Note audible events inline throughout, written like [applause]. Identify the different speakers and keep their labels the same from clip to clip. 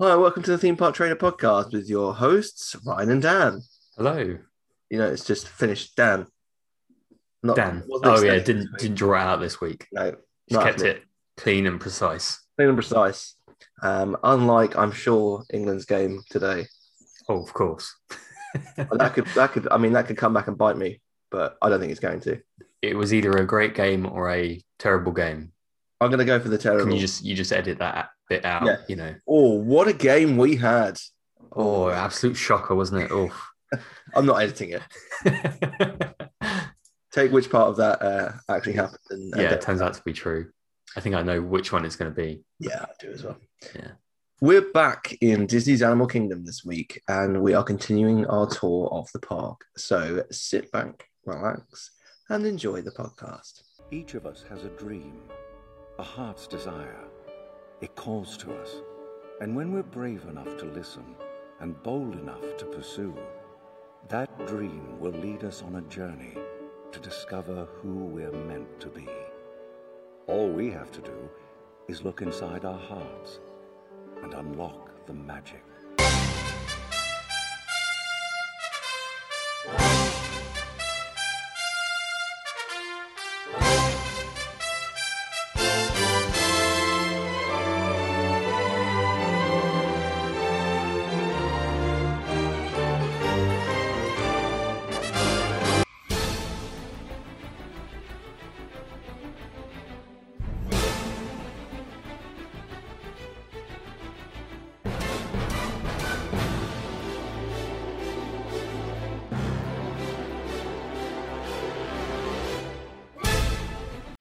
Speaker 1: Hi, welcome to the Theme Park Trainer Podcast with your hosts, Ryan and Dan.
Speaker 2: Hello,
Speaker 1: You know, it's just finished. Dan. Not,
Speaker 2: Dan.
Speaker 1: wasn't
Speaker 2: Oh yeah,
Speaker 1: expected
Speaker 2: didn't
Speaker 1: this week.
Speaker 2: didn't draw it out this week.
Speaker 1: No,
Speaker 2: Just
Speaker 1: not
Speaker 2: kept
Speaker 1: happening.
Speaker 2: it clean and precise.
Speaker 1: Clean and precise. Um, unlike, I'm sure, England's game today.
Speaker 2: Oh, of course.
Speaker 1: But that could, that could, I mean, that could come back and bite me, but I don't think it's going to.
Speaker 2: [laughs] It was either a great game or a terrible game.
Speaker 1: I'm going to go for the terrible.
Speaker 2: Can you just you just edit that bit out?
Speaker 1: Yeah.
Speaker 2: You know.
Speaker 1: Oh, what a game we had!
Speaker 2: Oh, absolute shocker, wasn't it? Oh. [laughs]
Speaker 1: I'm not editing it. Take which part of that uh, actually happened. And, and
Speaker 2: yeah,
Speaker 1: edit
Speaker 2: it turns out to be true. I think I know which one it's going to be.
Speaker 1: Yeah, I do as well.
Speaker 2: Yeah.
Speaker 1: We're back in Disney's Animal Kingdom this week, and we are continuing our tour of the park. So sit back, relax, and enjoy the podcast.
Speaker 3: Each of us has a dream, a heart's desire. It calls to us. And when we're brave enough to listen and bold enough to pursue, that dream will lead us on a journey to discover who we're meant to be. All we have to do is look inside our hearts and unlock the magic.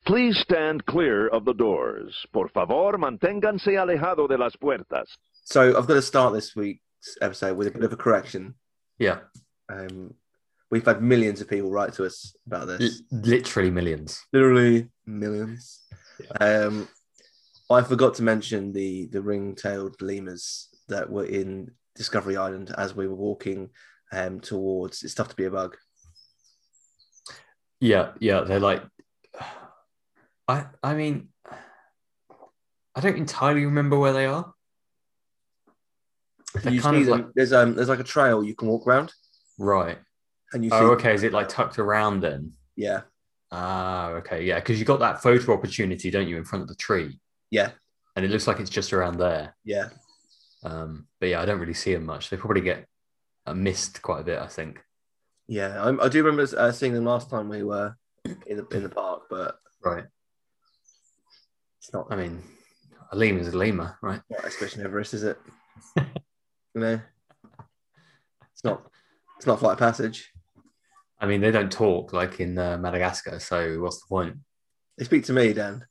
Speaker 4: Please stand clear of the doors. Por favor, manténganse alejado de las puertas.
Speaker 1: So I've got to start this week's episode with a bit of a correction.
Speaker 2: Yeah,
Speaker 1: Um, we've had millions of people write to us about
Speaker 2: L-
Speaker 1: this,
Speaker 2: literally millions.
Speaker 1: literally millions. Um, I forgot to mention the the ring-tailed lemurs that were in Discovery Island as we were walking um, towards. It's tough to be a bug.
Speaker 2: Yeah, yeah, they're like, [sighs] I, I mean, I don't entirely remember where they are. They're
Speaker 1: you
Speaker 2: kind
Speaker 1: see
Speaker 2: of
Speaker 1: them.
Speaker 2: like
Speaker 1: there's um there's like a trail you can walk around
Speaker 2: right.
Speaker 1: and you see
Speaker 2: Oh, okay. Is it like tucked around then?
Speaker 1: yeah
Speaker 2: Ah, okay, yeah, because you got that photo opportunity, don't you, in front of the tree,
Speaker 1: yeah
Speaker 2: and it looks like it's just around there.
Speaker 1: yeah
Speaker 2: Um, but yeah, I don't really see them much. They probably get uh, missed quite a bit, I think.
Speaker 1: yeah I, I do remember uh, seeing them last time we were in the in the park but
Speaker 2: Right.
Speaker 1: it's not
Speaker 2: I mean, a lemur is a lemur, right?
Speaker 1: not expedition Everest is
Speaker 2: [laughs]
Speaker 1: it you know it's not it's not flight of passage
Speaker 2: I mean, they don't talk like in uh, Madagascar, so what's the point?
Speaker 1: they speak to me Dan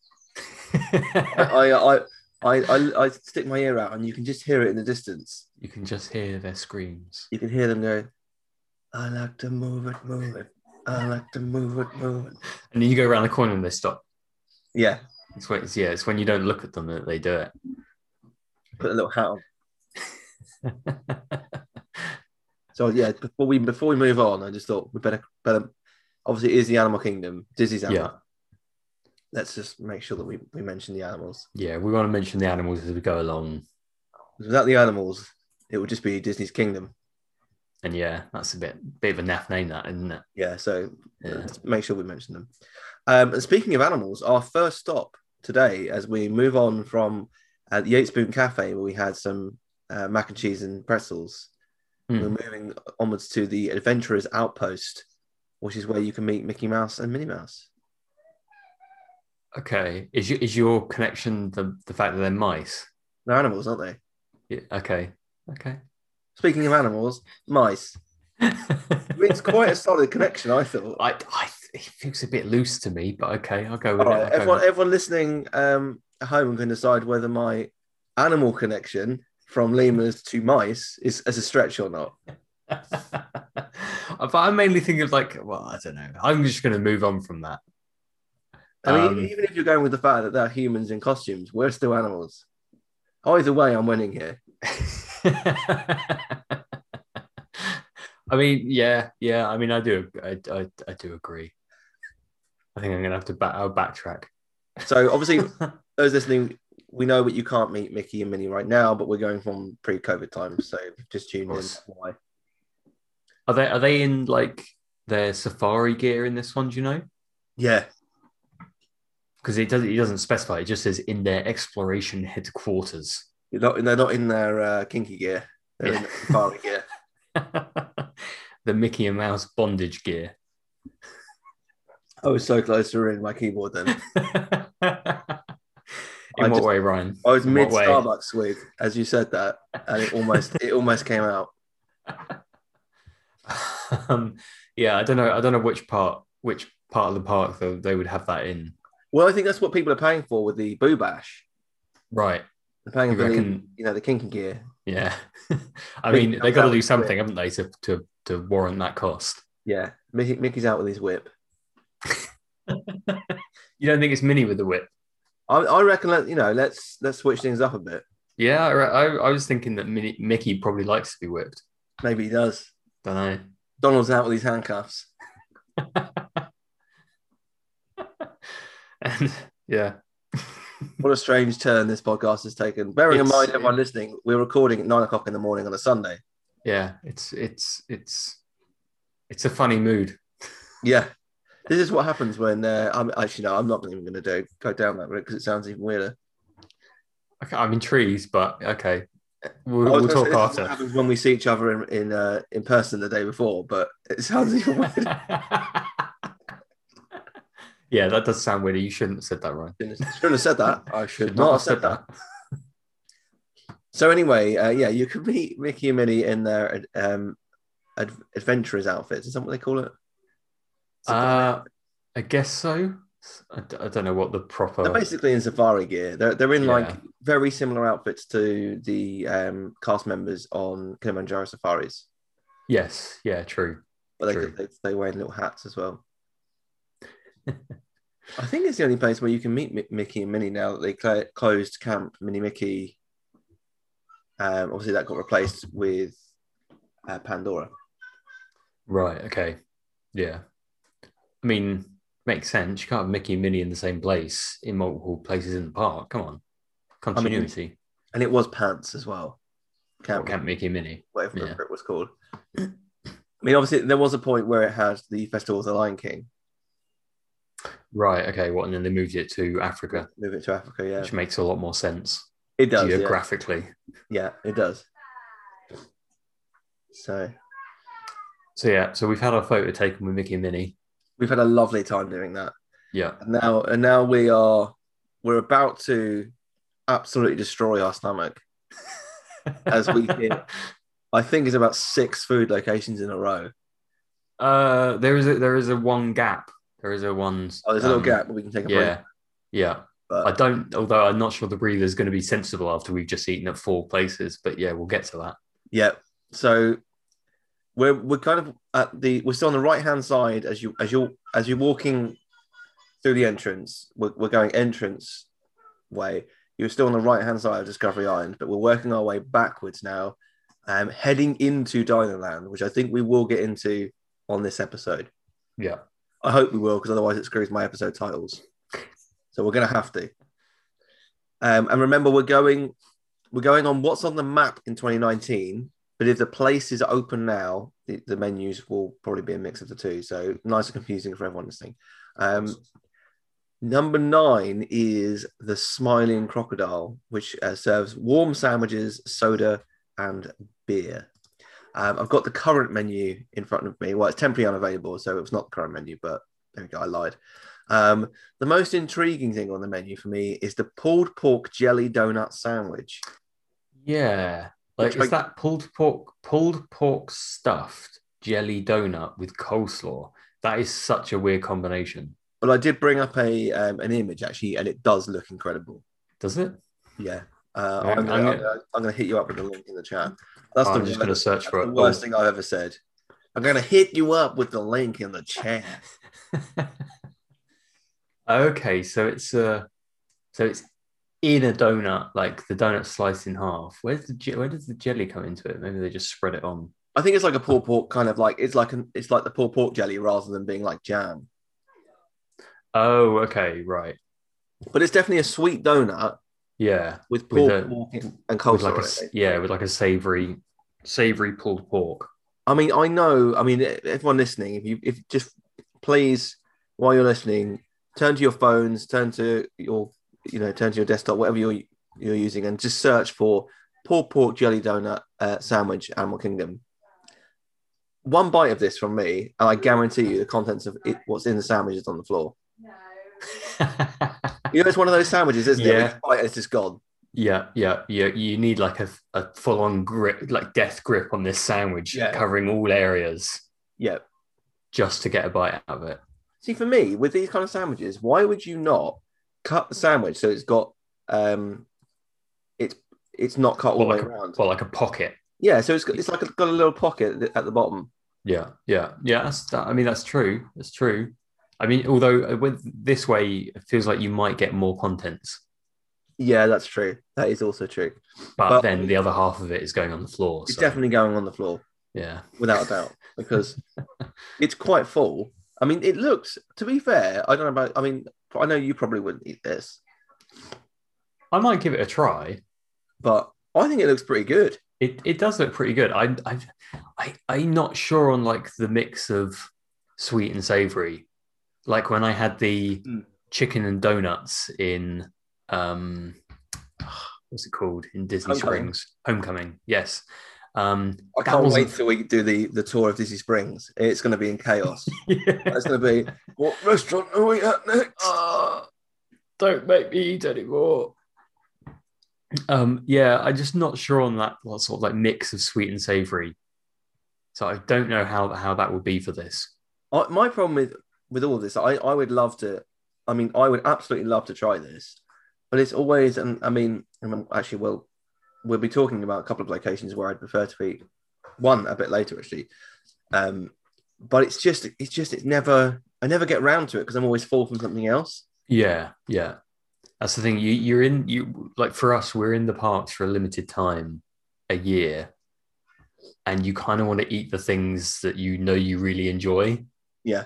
Speaker 2: [laughs]
Speaker 1: I I, I I I I stick my ear out and you can just hear it in the distance
Speaker 2: you can just hear their screams.
Speaker 1: you can hear them go I like to move it move it I like to move it move it
Speaker 2: And then you go around the corner and they stop.
Speaker 1: yeah
Speaker 2: It's when, it's, yeah, it's when you don't look at them that they do it. [laughs]
Speaker 1: put a little hat on So yeah, before we before we move on, I just thought we better better. Obviously, it is the Animal Kingdom, Disney's Animal.
Speaker 2: yeah,
Speaker 1: Let's just make sure that we, we mention the animals.
Speaker 2: yeah. We want to mention the animals as we go along,
Speaker 1: 'Cause Without the animals, it would just be Disney's Kingdom.
Speaker 2: and yeah, that's a bit bit of a naff name, that isn't it?
Speaker 1: Yeah, so
Speaker 2: Yeah.
Speaker 1: let's make sure we mention them. Um, and speaking of animals, our first stop today, as we move on from uh, the Eight Spoon Cafe, where we had some uh, mac and cheese and pretzels,
Speaker 2: Hmm.
Speaker 1: we're moving onwards to the Adventurers Outpost, which is where you can meet Mickey Mouse and Minnie Mouse.
Speaker 2: Okay. Is your is your connection the the fact that they're mice?
Speaker 1: They're animals, aren't they?
Speaker 2: Yeah, okay. Okay.
Speaker 1: Speaking of animals, mice. It's
Speaker 2: [laughs]
Speaker 1: quite a solid connection, I thought.
Speaker 2: I, I it feels a bit loose to me, but okay, I'll go
Speaker 1: All
Speaker 2: with
Speaker 1: right,
Speaker 2: it. I'll go
Speaker 1: everyone,
Speaker 2: with it.
Speaker 1: everyone listening um, at home can decide whether my animal connection from lemurs to mice is as a stretch or not.
Speaker 2: [laughs] but I mainly think of like, well, I don't know. I'm just going to move on from that.
Speaker 1: I mean,
Speaker 2: Um,
Speaker 1: even if you're going with the fact that they're humans in costumes, we're still animals. Either way, I'm winning here.
Speaker 2: [laughs] I mean, yeah, yeah. I mean, I do, I, I, I do agree. I think I'm gonna have to back. I'll backtrack. [laughs]
Speaker 1: So, obviously, those listening, we know what you can't meet Mickey and Minnie right now, but we're going from pre-COVID times, so just tune in.
Speaker 2: course. Are they are they in like their safari gear in this one? Do you know?
Speaker 1: Yeah,
Speaker 2: Because it does it doesn't specify. It just says in their exploration headquarters. [laughs]
Speaker 1: they're not, they're not in their uh, kinky gear; they're in
Speaker 2: Yeah.
Speaker 1: their
Speaker 2: [laughs]
Speaker 1: safari gear.
Speaker 2: the Mickey and Mouse bondage gear. [laughs]
Speaker 1: I was so close to ruining my keyboard then.
Speaker 2: [laughs] in what
Speaker 1: just-
Speaker 2: way, Ryan?
Speaker 1: I was
Speaker 2: In what
Speaker 1: mid
Speaker 2: way?
Speaker 1: Starbucks swig as you said that, and it almost it almost came out.
Speaker 2: [laughs] um, yeah, I don't know. I don't know which part which part of the park though they would have that in.
Speaker 1: Well, I think that's what people are paying for with the boo bash.
Speaker 2: Right.
Speaker 1: They're paying
Speaker 2: You
Speaker 1: for the,
Speaker 2: reckon-
Speaker 1: you know the kinky gear.
Speaker 2: Yeah. [laughs] I
Speaker 1: Mickey
Speaker 2: mean, they
Speaker 1: comes
Speaker 2: got
Speaker 1: out
Speaker 2: to do
Speaker 1: with
Speaker 2: something, haven't they, to to to warrant that cost?
Speaker 1: Yeah, Mickey, Mickey's out with his whip.
Speaker 2: You don't think it's Minnie with the whip?
Speaker 1: I, I reckon let you know let's let's switch things up a bit.
Speaker 2: Yeah, I, re- I, I was thinking that Minnie, Mickey probably likes to be whipped.
Speaker 1: Maybe he does.
Speaker 2: Don't know. [laughs]
Speaker 1: Donald's out with his handcuffs.
Speaker 2: And yeah,
Speaker 1: What a strange turn this podcast has taken. Bearing in
Speaker 2: It's-
Speaker 1: mind, everyone listening, we're recording at nine o'clock in the morning on a Sunday.
Speaker 2: yeah, it's it's it's it's a funny mood.
Speaker 1: Yeah, this is what happens when uh, I'm actually no, I'm not even going to do go down that route because it sounds even weirder.
Speaker 2: Okay, I'm intrigued, but okay, we'll,
Speaker 1: I was
Speaker 2: we'll
Speaker 1: gonna
Speaker 2: talk
Speaker 1: say, this is what
Speaker 2: after.
Speaker 1: happens when we see each other in in, uh, in person the day before, but it sounds [laughs] even weirder.
Speaker 2: [laughs] yeah, that does sound weird. You shouldn't have said that, Ryan.
Speaker 1: Shouldn't have said that. I should, not have said that. So anyway, uh, yeah, you could meet Mickey and Minnie in their um, ad- adventurers outfits. Is that what they call it?
Speaker 2: Uh, I guess so. I, d- I don't know what the proper.
Speaker 1: They're basically in safari gear. They're, they're in like
Speaker 2: Yeah.
Speaker 1: very similar outfits to the um, cast members on Kilimanjaro safaris,
Speaker 2: Yes. Yeah. True.
Speaker 1: but they,
Speaker 2: True.
Speaker 1: they they wear little hats as
Speaker 2: [laughs]
Speaker 1: well. I think it's the only place where you can meet Mi- Mickey and Minnie now that they cl- closed Camp Minnie Mickey. Um, obviously, that got replaced with uh, Pandora.
Speaker 2: Right. Okay. Yeah. I mean, makes sense. You can't have Mickey and Minnie in the same place in multiple places in the park. Come on,
Speaker 1: mean,
Speaker 2: continuity.
Speaker 1: And it was Pants as well.
Speaker 2: Or
Speaker 1: Camp,
Speaker 2: Camp Mickey and Minnie.
Speaker 1: whatever
Speaker 2: yeah.
Speaker 1: it was called. I mean, obviously, there was a point where it had the Festival of the Lion King.
Speaker 2: Right. Okay. Well, and then they moved it to Africa,
Speaker 1: Move it to Africa, yeah.
Speaker 2: which makes a lot more sense
Speaker 1: It does. yeah.
Speaker 2: geographically.
Speaker 1: Yeah, it does. So
Speaker 2: So yeah. So we've had our photo taken with Mickey and Minnie.
Speaker 1: we've had a lovely time doing that.
Speaker 2: [laughs] Yeah.
Speaker 1: And now and now we are we're about to absolutely destroy our stomach. As we did. I think it's about six food locations in a row.
Speaker 2: Uh, there is a there is a one gap. There is a one.
Speaker 1: Oh, there's a little
Speaker 2: um,
Speaker 1: gap, but we can take a break.
Speaker 2: Yeah. Yeah. I
Speaker 1: But
Speaker 2: don't, although I'm not sure the breather is going to be sensible after we've just eaten at four places, but yeah, we'll get to that.
Speaker 1: yeah. So we're we're kind of at the we're still on the right hand side as you as you as you're walking through the entrance. We're, we're going entrance way. You're still on the right hand side of Discovery Island, but we're working our way backwards now, um, heading into Dinoland, which I think we will get into on this episode.
Speaker 2: Yeah.
Speaker 1: I hope we will, because otherwise it screws my episode titles. So we're gonna have to. Um, and remember, we're going we're going on what's on the map in 2019. But if the place is open now, the, the menus will probably be a mix of the two. So nice and confusing for everyone listening. Um, number nine is the Smiling Crocodile, which uh, serves warm sandwiches, soda, and beer. Um, I've got the current menu in front of me. Well, it's temporarily unavailable, so it's not the current menu, but there we go. I lied. Um, the most intriguing thing on the menu for me is the pulled pork jelly donut sandwich.
Speaker 2: Yeah. Like,
Speaker 1: Which
Speaker 2: is that pulled pork, pulled pork stuffed jelly donut with coleslaw? That is such a weird combination.
Speaker 1: Well, I did bring up a um, an image actually, and it does look incredible.
Speaker 2: Does it?
Speaker 1: Yeah, uh,
Speaker 2: Right,
Speaker 1: I'm, gonna,
Speaker 2: I'm
Speaker 1: I'm,
Speaker 2: gonna-
Speaker 1: gonna, I'm gonna hit you up with a link in the chat. That's
Speaker 2: Oh, I'm
Speaker 1: the
Speaker 2: just going to
Speaker 1: worst-
Speaker 2: search
Speaker 1: that's
Speaker 2: for
Speaker 1: the
Speaker 2: it. Oh,
Speaker 1: worst thing I've ever said. I'm gonna hit you up with the link in the chat.
Speaker 2: okay. So it's uh so it's in a donut, like the donut sliced in half. Where's the, je- where does the jelly come into it? Maybe they just spread it on.
Speaker 1: I think it's like a pulled pork kind of like it's like an it's like the pulled pork jelly rather than being like jam.
Speaker 2: Oh, okay. Right.
Speaker 1: But it's definitely a sweet donut
Speaker 2: Yeah.
Speaker 1: with
Speaker 2: With
Speaker 1: pulled
Speaker 2: a-
Speaker 1: pork and
Speaker 2: With
Speaker 1: coleslaw.
Speaker 2: like a,
Speaker 1: in
Speaker 2: s-
Speaker 1: it.
Speaker 2: yeah, with like a savory, savory pulled
Speaker 1: [laughs]
Speaker 2: pork.
Speaker 1: I mean, I know. I mean, e-, everyone listening, if you if just please while you're listening, turn to your phones, turn to your you know, turn to your desktop, whatever you're you're using, and just search for "poor pork jelly donut uh, sandwich Animal Kingdom." One bite of this from me, and I guarantee you, the contents of it, what's in the sandwich is on the floor. You know, it's one of those sandwiches, isn't it?
Speaker 2: Yeah.
Speaker 1: When you bite it, It's just gone.
Speaker 2: Yeah, yeah, yeah. You need like a, a full on grip, like death grip on this sandwich,
Speaker 1: Yeah.
Speaker 2: covering all areas
Speaker 1: Yeah.
Speaker 2: just to get a bite out of it.
Speaker 1: See, for me, with these kind of sandwiches, why would you not cut the sandwich so it's got um, it's it's not cut all
Speaker 2: Well,
Speaker 1: the
Speaker 2: like
Speaker 1: way around?
Speaker 2: Well, like a pocket.
Speaker 1: yeah, so it's got, it's like it's got a little pocket at the bottom.
Speaker 2: Yeah, yeah, yeah. That's that. I mean, that's true. That's true. I mean, although uh, with this way, it feels like you might get more contents,
Speaker 1: Yeah, that's true. That is also true.
Speaker 2: but,
Speaker 1: But-
Speaker 2: then the other half of it is going on the floor.
Speaker 1: It's
Speaker 2: so,
Speaker 1: definitely going on the floor
Speaker 2: yeah,
Speaker 1: without a doubt because it's quite full. I mean, it looks. To be fair, I don't know about. I mean, I know you probably wouldn't eat this,
Speaker 2: I might give it a try.
Speaker 1: but I think it looks pretty good.
Speaker 2: It it does look pretty good. I I, I I'm not sure on like the mix of sweet and savory. Like when I had the
Speaker 1: Mm.
Speaker 2: chicken and donuts in um what's it called in Disney
Speaker 1: Homecoming.
Speaker 2: Springs Homecoming. Yes. Um
Speaker 1: I
Speaker 2: that
Speaker 1: can't
Speaker 2: wasn't-
Speaker 1: wait till we do the the tour of Disney Springs. It's going to be in chaos.
Speaker 2: [laughs] Yeah.
Speaker 1: That's going to be what restaurant are we at next?
Speaker 2: Ah, don't make me eat anymore. Um, yeah, I'm just not sure on that what sort of like mix of sweet and savory. So I don't know how how that would be for this.
Speaker 1: I, my problem with with all this, I I would love to. I mean, I would absolutely love to try this, but it's always and I mean, and I'm- actually, well, we'll be talking about a couple of locations where I'd prefer to eat. One a bit later, actually. Um, but it's just it's just it's never I never get round to it because I'm always full from something else.
Speaker 2: Yeah, yeah. That's the thing. You you're in you like for us, we're in the parks for a limited time a year. And you kind of want to eat the things that you know you really enjoy.
Speaker 1: Yeah.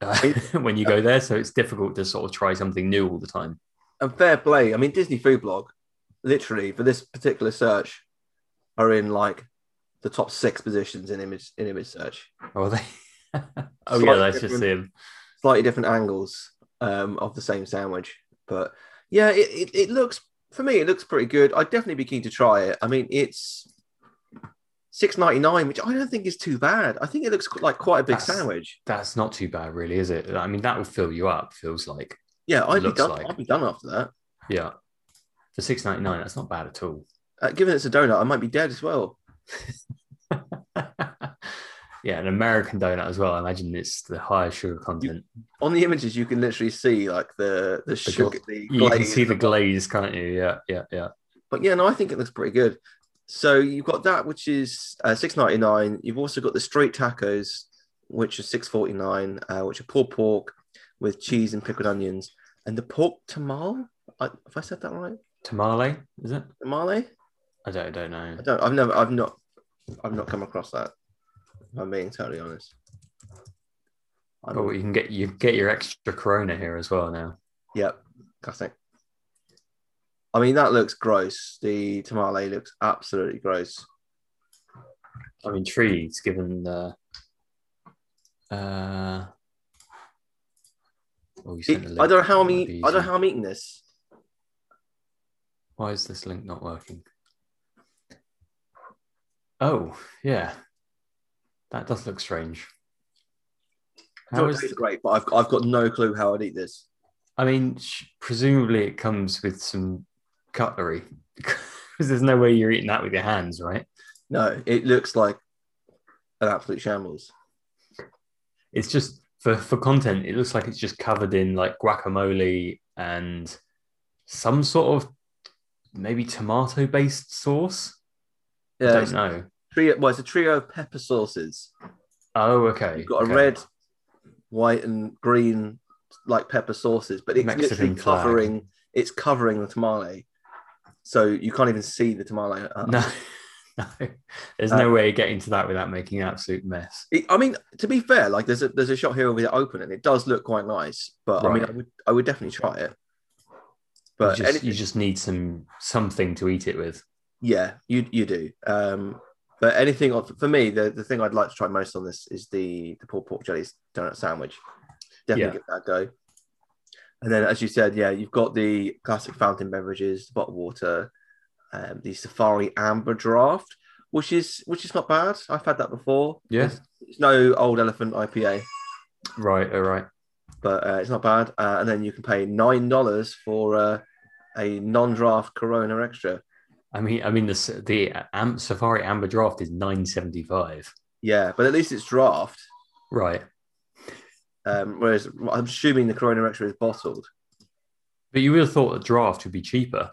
Speaker 2: uh, [laughs] when you go there. So it's difficult to sort of try something new all the time.
Speaker 1: And fair play. I mean, Disney Food Blog, literally for this particular search, are in like the top six positions in image in image search.
Speaker 2: Oh, are they? [laughs] oh, yeah,
Speaker 1: Slightly
Speaker 2: that's just him.
Speaker 1: slightly different angles um, of the same sandwich. But yeah, it, it, it looks for me it looks pretty good. I'd definitely be keen to try it. I mean, it's six ninety nine, which I don't think is too bad. I think it looks qu- like quite a big
Speaker 2: That's-
Speaker 1: sandwich.
Speaker 2: That's not too bad, really, is it? I mean, that will fill you up. Feels like,
Speaker 1: Yeah, I'd be
Speaker 2: looks
Speaker 1: done.
Speaker 2: like.
Speaker 1: I'd be done after that.
Speaker 2: yeah, for six ninety nine, that's not bad at all. [laughs]
Speaker 1: Uh, given it's a donut, I might be dead as well.
Speaker 2: yeah, an American donut as well. I imagine it's the higher sugar content.
Speaker 1: On the images, you can literally see like the the sugar,
Speaker 2: gold-
Speaker 1: the
Speaker 2: You, can
Speaker 1: glaze.
Speaker 2: see the glaze, can't you? Yeah, yeah, yeah.
Speaker 1: But yeah, no, I think it looks pretty good. So you've got that, which is uh, six ninety nine. You've also got the straight tacos, which are six forty nine, uh, which are pulled pork with cheese and pickled onions, and the pork tamal. I, have I said that right?
Speaker 2: Tamale, is it?
Speaker 1: Tamale?
Speaker 2: I don't, I don't know.
Speaker 1: I don't. I've never. I've not. I've not come across that. If I'm being totally honest. I'm,
Speaker 2: But you can get you get your extra Corona here as well now.
Speaker 1: Yep, classic. I mean, that looks gross. The tamale looks absolutely gross.
Speaker 2: I'm intrigued, given the. Uh, oh, you sent
Speaker 1: It-
Speaker 2: the
Speaker 1: I don't know
Speaker 2: link.
Speaker 1: how
Speaker 2: That
Speaker 1: I'm.
Speaker 2: might be
Speaker 1: Eat, I don't know
Speaker 2: easier.
Speaker 1: how I'm eating this.
Speaker 2: Why is this link not working? Oh, yeah. That does look strange. How
Speaker 1: George
Speaker 2: is
Speaker 1: is great, but I've, I've got no clue how I'd eat this.
Speaker 2: I mean, sh- presumably it comes with some cutlery [laughs] because there's no way you're eating that with your hands, right?
Speaker 1: No, it looks like an absolute shambles.
Speaker 2: It's just for, for content, it looks like it's just covered in like guacamole and some sort of maybe tomato based sauce. I
Speaker 1: Yeah,
Speaker 2: don't
Speaker 1: Uh, it's,
Speaker 2: know.
Speaker 1: trio, well, it's a trio of pepper sauces.
Speaker 2: Oh, okay.
Speaker 1: You've got
Speaker 2: okay.
Speaker 1: a red, white, and green like pepper sauces, but it's
Speaker 2: Mexican
Speaker 1: literally
Speaker 2: flag.
Speaker 1: covering. It's covering the tamale, so you can't even see the tamale. Uh,
Speaker 2: No, [laughs] no. There's no way of getting to that without making an absolute mess.
Speaker 1: it- I mean, to be fair, like there's a there's a shot here with it open, and it does look quite nice. But I mean,
Speaker 2: Right.
Speaker 1: I would I would definitely try it. But
Speaker 2: you, just,
Speaker 1: anything-
Speaker 2: you just need some something to eat it with.
Speaker 1: yeah, you you do. Um, but anything of- for me, the, the thing I'd like to try most on this is the the pulled pork jellies donut sandwich. Definitely give that a go. And then, as you said, yeah, you've got the classic fountain beverages, the bottled water, um, the Safari Amber Draft, which is which is not bad. I've had that before.
Speaker 2: Yeah.
Speaker 1: It's, it's no old elephant IPA,
Speaker 2: Right, all right.
Speaker 1: but uh, it's not bad. Uh, and then you can pay nine dollars for uh, a non-draft Corona Extra.
Speaker 2: I mean, I mean the s- the Am- Safari Amber Draft is nine seventy five.
Speaker 1: Yeah, but at least it's draft.
Speaker 2: Right,
Speaker 1: Um, whereas I'm assuming the Corona Extra is bottled.
Speaker 2: but you would have thought a draft would be cheaper.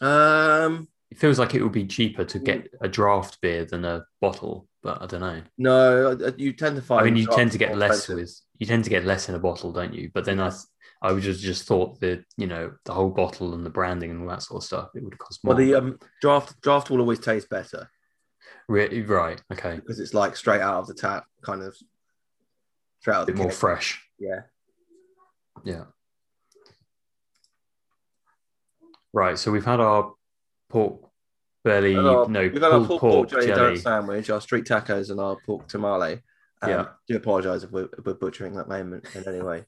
Speaker 1: Um,
Speaker 2: It feels like it would be cheaper to get a draft beer than a bottle, but I don't know.
Speaker 1: no, uh, you tend to
Speaker 2: I
Speaker 1: find.
Speaker 2: mean, you
Speaker 1: draft
Speaker 2: tend to get
Speaker 1: more
Speaker 2: less
Speaker 1: expensive.
Speaker 2: with you tend to get less in a bottle, don't you? But then I th- I would just just thought that you know the whole bottle and the branding and all that sort of stuff it would cost more.
Speaker 1: Well, the um, draft draft will always taste better
Speaker 2: Re- right, okay,
Speaker 1: because it's like straight out of the tap, kind of straight out
Speaker 2: a
Speaker 1: of the
Speaker 2: bit more
Speaker 1: keg.
Speaker 2: fresh.
Speaker 1: Yeah,
Speaker 2: Yeah. Right. So we've had our pork belly,
Speaker 1: We've had our-
Speaker 2: no,
Speaker 1: we've got our
Speaker 2: pulled
Speaker 1: pork, pork
Speaker 2: pork,
Speaker 1: jelly,
Speaker 2: jelly.
Speaker 1: donut sandwich, our street tacos, and our pork tamale. Um,
Speaker 2: Yeah.
Speaker 1: do apologise if we're, we're butchering that name in any way.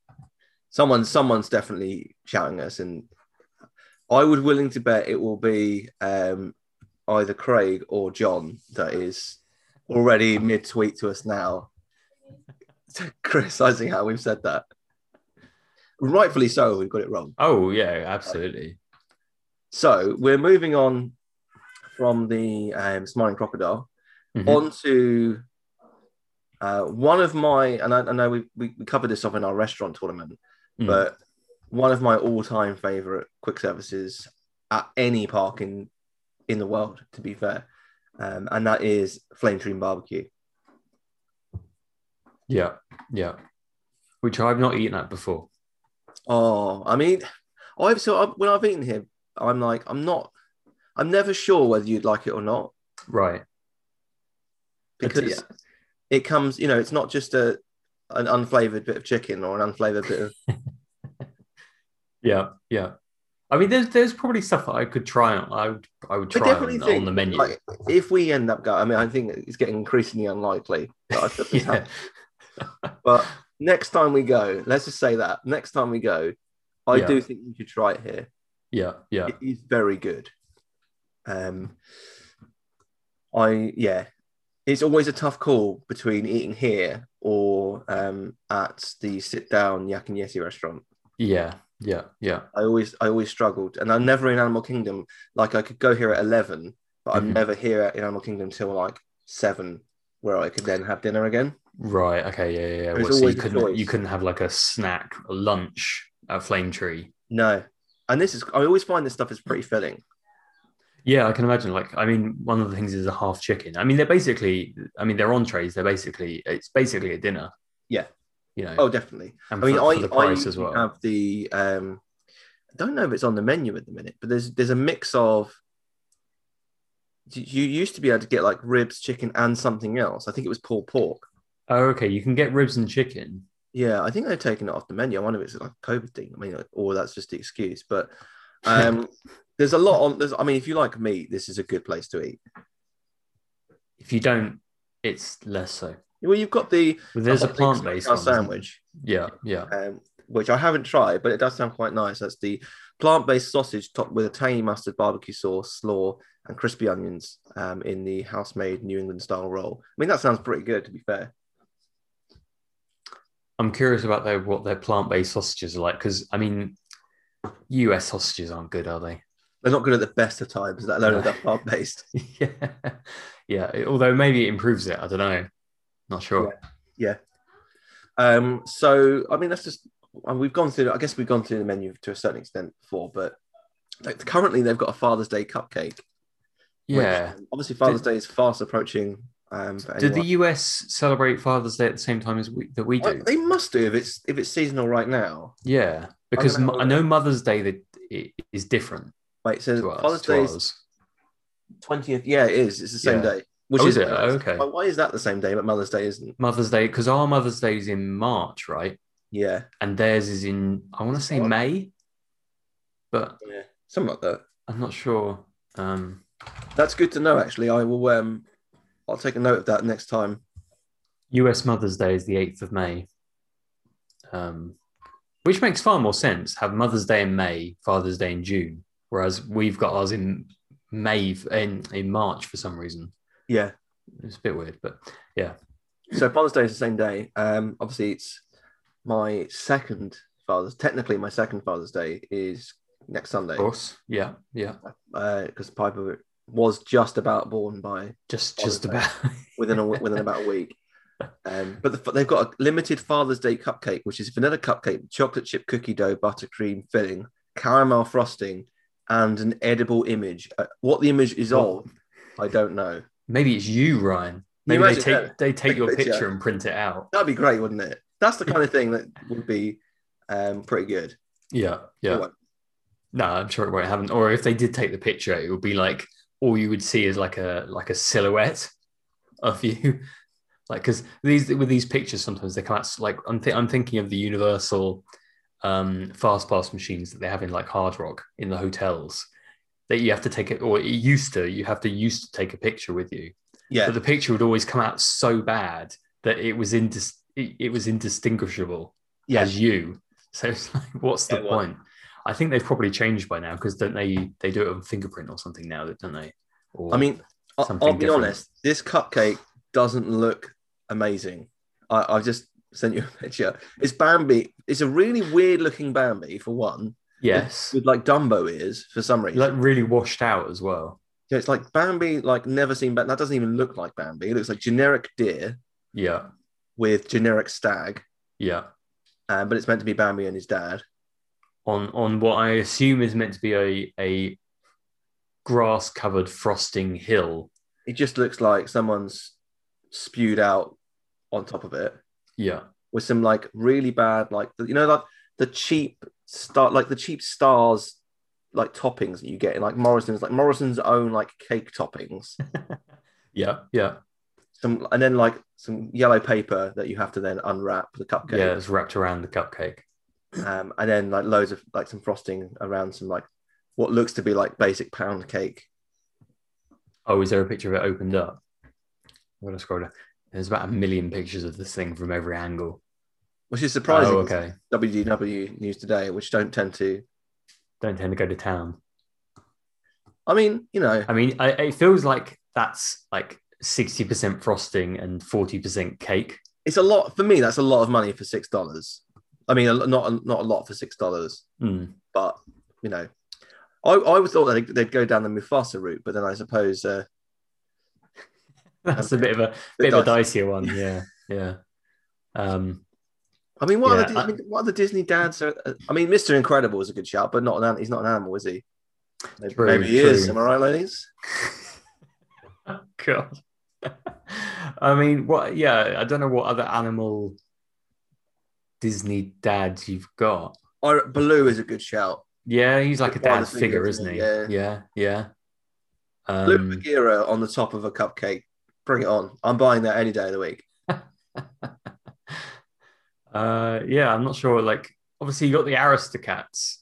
Speaker 1: Someone, someone's definitely shouting at us, and I would willing to bet it will be um, either Craig or John that is already mid tweet to us now, [laughs] criticising how we've said that. Rightfully so, we've got it wrong.
Speaker 2: Oh yeah, absolutely.
Speaker 1: So we're moving on from the um, smiling crocodile
Speaker 2: Mhm.
Speaker 1: on to uh, one of my, and I, I know we, we we covered this off in our restaurant tournament,
Speaker 2: Mm.
Speaker 1: but one of my all time favorite quick services at any park in in the world, to be fair, um, and that is Flame Tree Barbecue.
Speaker 2: yeah, yeah. Which I've not eaten at before.
Speaker 1: Oh, I mean, I've so I, when I've eaten here, I'm like I'm not, I'm never sure whether you'd like it or not
Speaker 2: Right. It's-
Speaker 1: because it comes, you know, it's not just a an unflavored bit of chicken or an unflavored bit of
Speaker 2: Yeah, yeah. I mean, there's there's probably stuff that I could try on. I would I would
Speaker 1: I
Speaker 2: try
Speaker 1: definitely
Speaker 2: on,
Speaker 1: think,
Speaker 2: on the menu. [laughs]
Speaker 1: like, if we end up going, I mean, I think it's getting increasingly unlikely that I put this
Speaker 2: [laughs] yeah.
Speaker 1: happen. But next time we go, let's just say that next time we go, I
Speaker 2: Yeah.
Speaker 1: do think you should try it here.
Speaker 2: yeah, yeah,
Speaker 1: It is very good. Um, I yeah, it's always a tough call between eating here or um at the sit down Yak and Yeti restaurant.
Speaker 2: yeah, yeah, yeah.
Speaker 1: I always I always struggled, and I'm never in Animal Kingdom. Like I could go here at eleven, but I'm
Speaker 2: Mhm.
Speaker 1: never here in Animal Kingdom till like seven, where I could then have dinner again.
Speaker 2: Right. Okay. Yeah. Yeah. yeah.
Speaker 1: There's
Speaker 2: Well, so you
Speaker 1: always a
Speaker 2: couldn't you
Speaker 1: choice.
Speaker 2: couldn't have like a snack, a lunch at Flame Tree.
Speaker 1: No, and this is I always find this stuff is pretty filling.
Speaker 2: Yeah, I can imagine. Like, I mean, one of the things is a half chicken. I mean, they're basically, I mean, they're entrees. They're basically, it's basically a dinner.
Speaker 1: Yeah.
Speaker 2: You know.
Speaker 1: Oh, definitely.
Speaker 2: and
Speaker 1: I mean,
Speaker 2: for,
Speaker 1: I
Speaker 2: for the
Speaker 1: I
Speaker 2: price as
Speaker 1: usually
Speaker 2: well.
Speaker 1: have the um, I don't know if it's on the menu at the minute, but there's there's a mix of. You you used to be able to get like ribs, chicken, and something else. I think it was pulled pork.
Speaker 2: Oh, okay. You can get ribs and chicken.
Speaker 1: Yeah, I think they've taken it off the menu. I wonder if it's like a COVID thing. I mean, or that's just the excuse. But
Speaker 2: [laughs]
Speaker 1: um, there's a lot on. There's, I mean, if you like meat, this is a good place to eat.
Speaker 2: If you don't, it's less so.
Speaker 1: Well, you've got the
Speaker 2: But there's a
Speaker 1: I think it's
Speaker 2: plant based
Speaker 1: our
Speaker 2: one, isn't there?
Speaker 1: sandwich,
Speaker 2: Yeah. Yeah.
Speaker 1: um, which I haven't tried, but it does sound quite nice. That's the plant-based sausage topped with a tangy mustard, barbecue sauce, slaw, and crispy onions um, in the house-made New England-style roll. I mean, that sounds pretty good, to be fair.
Speaker 2: I'm curious about their what their plant based sausages are like because I mean, U.S. sausages aren't good, are they? [laughs]
Speaker 1: They're not good at the best of times, let alone
Speaker 2: No.
Speaker 1: if they're plant-based.
Speaker 2: yeah. Yeah. it- Although maybe it improves it. I don't know. Not sure.
Speaker 1: Um, so I mean, that's just and we've gone through. I guess we've gone through the menu to a certain extent before, but like currently they've got a Father's Day cupcake. which,
Speaker 2: Yeah.
Speaker 1: um, obviously Father's Day is fast approaching. Um, for
Speaker 2: Did the
Speaker 1: anyone.
Speaker 2: US celebrate Father's Day at the same time as we, that we do?
Speaker 1: I- they must do if it's if it's seasonal right now.
Speaker 2: yeah, because
Speaker 1: gonna
Speaker 2: mo-
Speaker 1: have a
Speaker 2: I know Mother's Day that it is different
Speaker 1: Wait, so
Speaker 2: to us.
Speaker 1: Father's
Speaker 2: to
Speaker 1: Day is
Speaker 2: ours.
Speaker 1: twentieth. Yeah, it is. It's the same
Speaker 2: Yeah.
Speaker 1: day. Which
Speaker 2: Oh, is it?
Speaker 1: weird.
Speaker 2: Oh, okay.
Speaker 1: Why- Why is that the same day, but Mother's Day isn't?
Speaker 2: Mother's Day because our Mother's Day is in March, right?
Speaker 1: Yeah,
Speaker 2: And theirs is in I want to say
Speaker 1: What?
Speaker 2: May. but
Speaker 1: something like that.
Speaker 2: I'm not sure. Um,
Speaker 1: That's good to know. Actually, I will. Um, I'll take a note of that next time.
Speaker 2: US Mother's Day is the 8th of May, um, which makes far more sense. Have Mother's Day in May, Father's Day in June, whereas we've got ours in May in, in March for some reason.
Speaker 1: Yeah.
Speaker 2: It's a bit weird, but
Speaker 1: So Father's Day is the same day. Um, obviously, it's my second Father's. Technically, my second Father's Day is next Sunday
Speaker 2: of course, yeah, yeah,
Speaker 1: because Piper was just about born by
Speaker 2: just
Speaker 1: Father's
Speaker 2: just about [laughs]
Speaker 1: within a, within about a week. Um, but the, they've got a limited Father's Day cupcake, which is vanilla cupcake, with chocolate chip cookie dough, buttercream filling, caramel frosting, and an edible image. Uh, what the image is of, I don't know.
Speaker 2: Maybe it's you, Ryan. Maybe they
Speaker 1: imagine
Speaker 2: take
Speaker 1: that?
Speaker 2: they take
Speaker 1: Big
Speaker 2: your
Speaker 1: picture.
Speaker 2: picture and print it out.
Speaker 1: That'd be great, wouldn't it? That's the kind of thing that would be um, pretty good.
Speaker 2: Yeah, yeah.
Speaker 1: Or-
Speaker 2: No, I'm sure it won't happen. Or if they did take the picture, it would be like all you would see is like a like a silhouette of you, [laughs] like because these with these pictures sometimes they come out s- like I'm th- I'm thinking of the universal um, fast pass machines that they have in like Hard Rock in the hotels that you have to take it or it used to you have to used to take a picture with you,
Speaker 1: Yeah,
Speaker 2: but the picture would always come out so bad that it was indis- it, it was indistinguishable
Speaker 1: yeah.
Speaker 2: as you. [laughs] So it's like, what's the
Speaker 1: Yeah, well-
Speaker 2: point? I think they've probably changed by now because don't they? They do it on fingerprint or something now, don't they? Or,
Speaker 1: I mean, I- I'll,
Speaker 2: something
Speaker 1: be
Speaker 2: different.
Speaker 1: honest. This cupcake doesn't look amazing. I, I've just sent you a picture. It's Bambi. It's a really weird looking Bambi for one,
Speaker 2: yes,
Speaker 1: with like Dumbo ears for some reason.
Speaker 2: like really washed out as well.
Speaker 1: Yeah, it's like Bambi, like never seen. But that doesn't even look like Bambi. It looks like generic deer
Speaker 2: Yeah,
Speaker 1: with generic stag.
Speaker 2: yeah.
Speaker 1: Um, but it's meant to be Bambi and his dad.
Speaker 2: On on what I assume is meant to be a a grass covered frosting hill.
Speaker 1: It just looks like someone's spewed out on top of it.
Speaker 2: Yeah,
Speaker 1: with some like really bad like the, you know like the cheap star like the cheap stars like toppings that you get in like Morrison's like Morrison's own like cake toppings
Speaker 2: [laughs] yeah, yeah,
Speaker 1: some and then like some yellow paper that you have to then unwrap the
Speaker 2: yeah.
Speaker 1: cupcake
Speaker 2: It's wrapped around the cupcake.
Speaker 1: um, and then like loads of like some frosting around some like what looks to be like basic pound cake
Speaker 2: Oh, is there a picture of it opened up? I'm gonna scroll down. There's about a million pictures of this thing from every angle.
Speaker 1: which is surprising
Speaker 2: Oh, okay.
Speaker 1: WDW news today which don't tend to
Speaker 2: Don't tend to go to town.
Speaker 1: I mean you know
Speaker 2: I mean, I, it feels like that's like 60% frosting and 40% cake.
Speaker 1: it's a lot for me that's a lot of money for six dollars I mean a, lo- not a, not a lot for six dollars
Speaker 2: Mm.
Speaker 1: but you know, I I would thought that they'd, they'd go down the Mufasa route, but then I suppose uh,
Speaker 2: [laughs] That's a bit of a bit of a dicier one. Yeah. Yeah. Um,
Speaker 1: I mean, what
Speaker 2: Yeah,
Speaker 1: are the, Dis- I mean, what are the Disney dads? Are, uh, I mean, Mister Incredible is a good shout, but not an an- he's not an animal, is he? Maybe,
Speaker 2: True,
Speaker 1: maybe he is.
Speaker 2: true.
Speaker 1: Am I right, ladies?
Speaker 2: God. [laughs] I mean, what, yeah, I don't know what other animal Disney dads you've got.
Speaker 1: I, Baloo is a good shout.
Speaker 2: Yeah. He's like a
Speaker 1: Father
Speaker 2: dad
Speaker 1: figure,
Speaker 2: figure,
Speaker 1: isn't
Speaker 2: isn't
Speaker 1: he?
Speaker 2: he?
Speaker 1: Yeah.
Speaker 2: Yeah. Yeah.
Speaker 1: Blue
Speaker 2: Um,
Speaker 1: Bagheera on the top of a cupcake. Bring it on! I'm buying that any day of the week.
Speaker 2: uh, yeah. I'm not sure. Like, obviously, you got the Aristocats.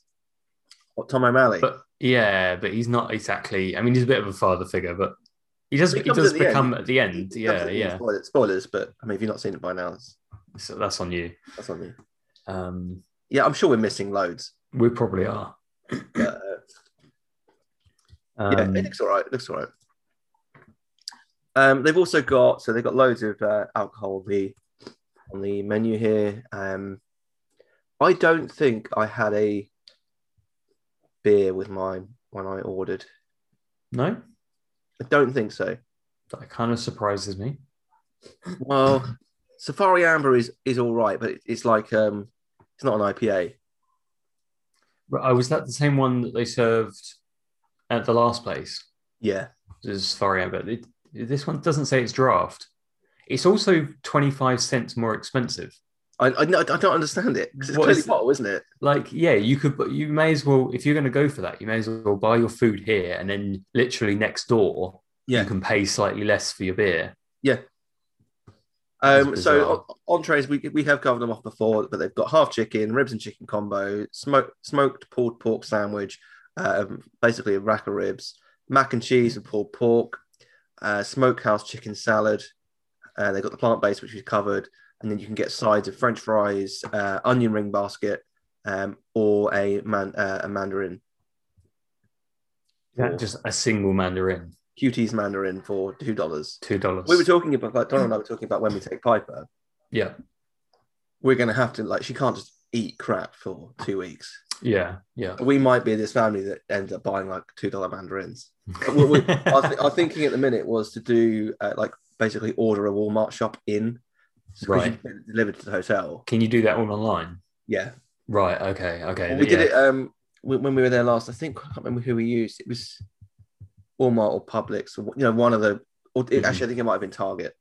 Speaker 1: What Tom O'Malley?
Speaker 2: But yeah, but he's not exactly. I mean, he's a bit of a father figure, but he does.
Speaker 1: He
Speaker 2: He,
Speaker 1: comes
Speaker 2: does
Speaker 1: at the end.
Speaker 2: become at the end. Yeah, yeah.
Speaker 1: Spoilers, spoilers, but I mean, if you've not seen it by now, it's,
Speaker 2: So that's on you.
Speaker 1: that's on you.
Speaker 2: Um,
Speaker 1: Yeah, I'm sure we're missing loads.
Speaker 2: we probably are.
Speaker 1: But, uh, yeah,
Speaker 2: Um,
Speaker 1: it looks all right. It looks all right. Um, they've also got so they've got loads of uh, alcohol on the on the menu here. Um, I don't think I had a beer with mine when I ordered.
Speaker 2: no,
Speaker 1: I don't think so.
Speaker 2: that kind of surprises me.
Speaker 1: Well, Safari Amber is is all right, but it, it's like um, it's not an IPA.
Speaker 2: But I was that the same one that they served at the last place.
Speaker 1: Yeah,
Speaker 2: This Faria, but it, this one doesn't say it's draft. It's also twenty five cents more expensive.
Speaker 1: I I, no, I don't understand it 'cause it's
Speaker 2: What
Speaker 1: clearly
Speaker 2: is-
Speaker 1: bottle, isn't it?
Speaker 2: like yeah you could but you may as well if you're going to go for that you may as well buy your food here and then literally next door
Speaker 1: Yeah.
Speaker 2: you can pay slightly less for your beer That's
Speaker 1: Um,
Speaker 2: bizarre.
Speaker 1: so en- entrees, we, we have covered them off before, but they've got half chicken, ribs and chicken combo, smoked smoked pulled pork sandwich, um, basically a rack of ribs, mac and cheese and pulled pork, uh, smokehouse chicken salad. Uh, they've got the plant based, which we've covered, and then you can get sides of French fries, uh, onion ring basket, um, or a man uh, a mandarin.
Speaker 2: Is that just a single mandarin,
Speaker 1: Cutie's mandarin for two dollars.
Speaker 2: two dollars.
Speaker 1: We were talking about like Donald and I were talking about when we take Piper.
Speaker 2: yeah,
Speaker 1: we're going to have to like she can't just eat crap for two weeks
Speaker 2: yeah, yeah.
Speaker 1: we might be this family that ends up buying like two dollar mandarins we- we-
Speaker 2: [laughs]
Speaker 1: our, th- our thinking at the minute was to do uh, like basically order a walmart shop in so 'cause you
Speaker 2: Right.
Speaker 1: get it delivered to the hotel
Speaker 2: Can you do that all online?
Speaker 1: yeah
Speaker 2: Right. Okay. Okay.
Speaker 1: Well, we did
Speaker 2: yeah.
Speaker 1: it um when when we were there last i think i can't remember who we used it was walmart or publix or you know one of the or it,
Speaker 2: Mhm.
Speaker 1: actually i think it might have been target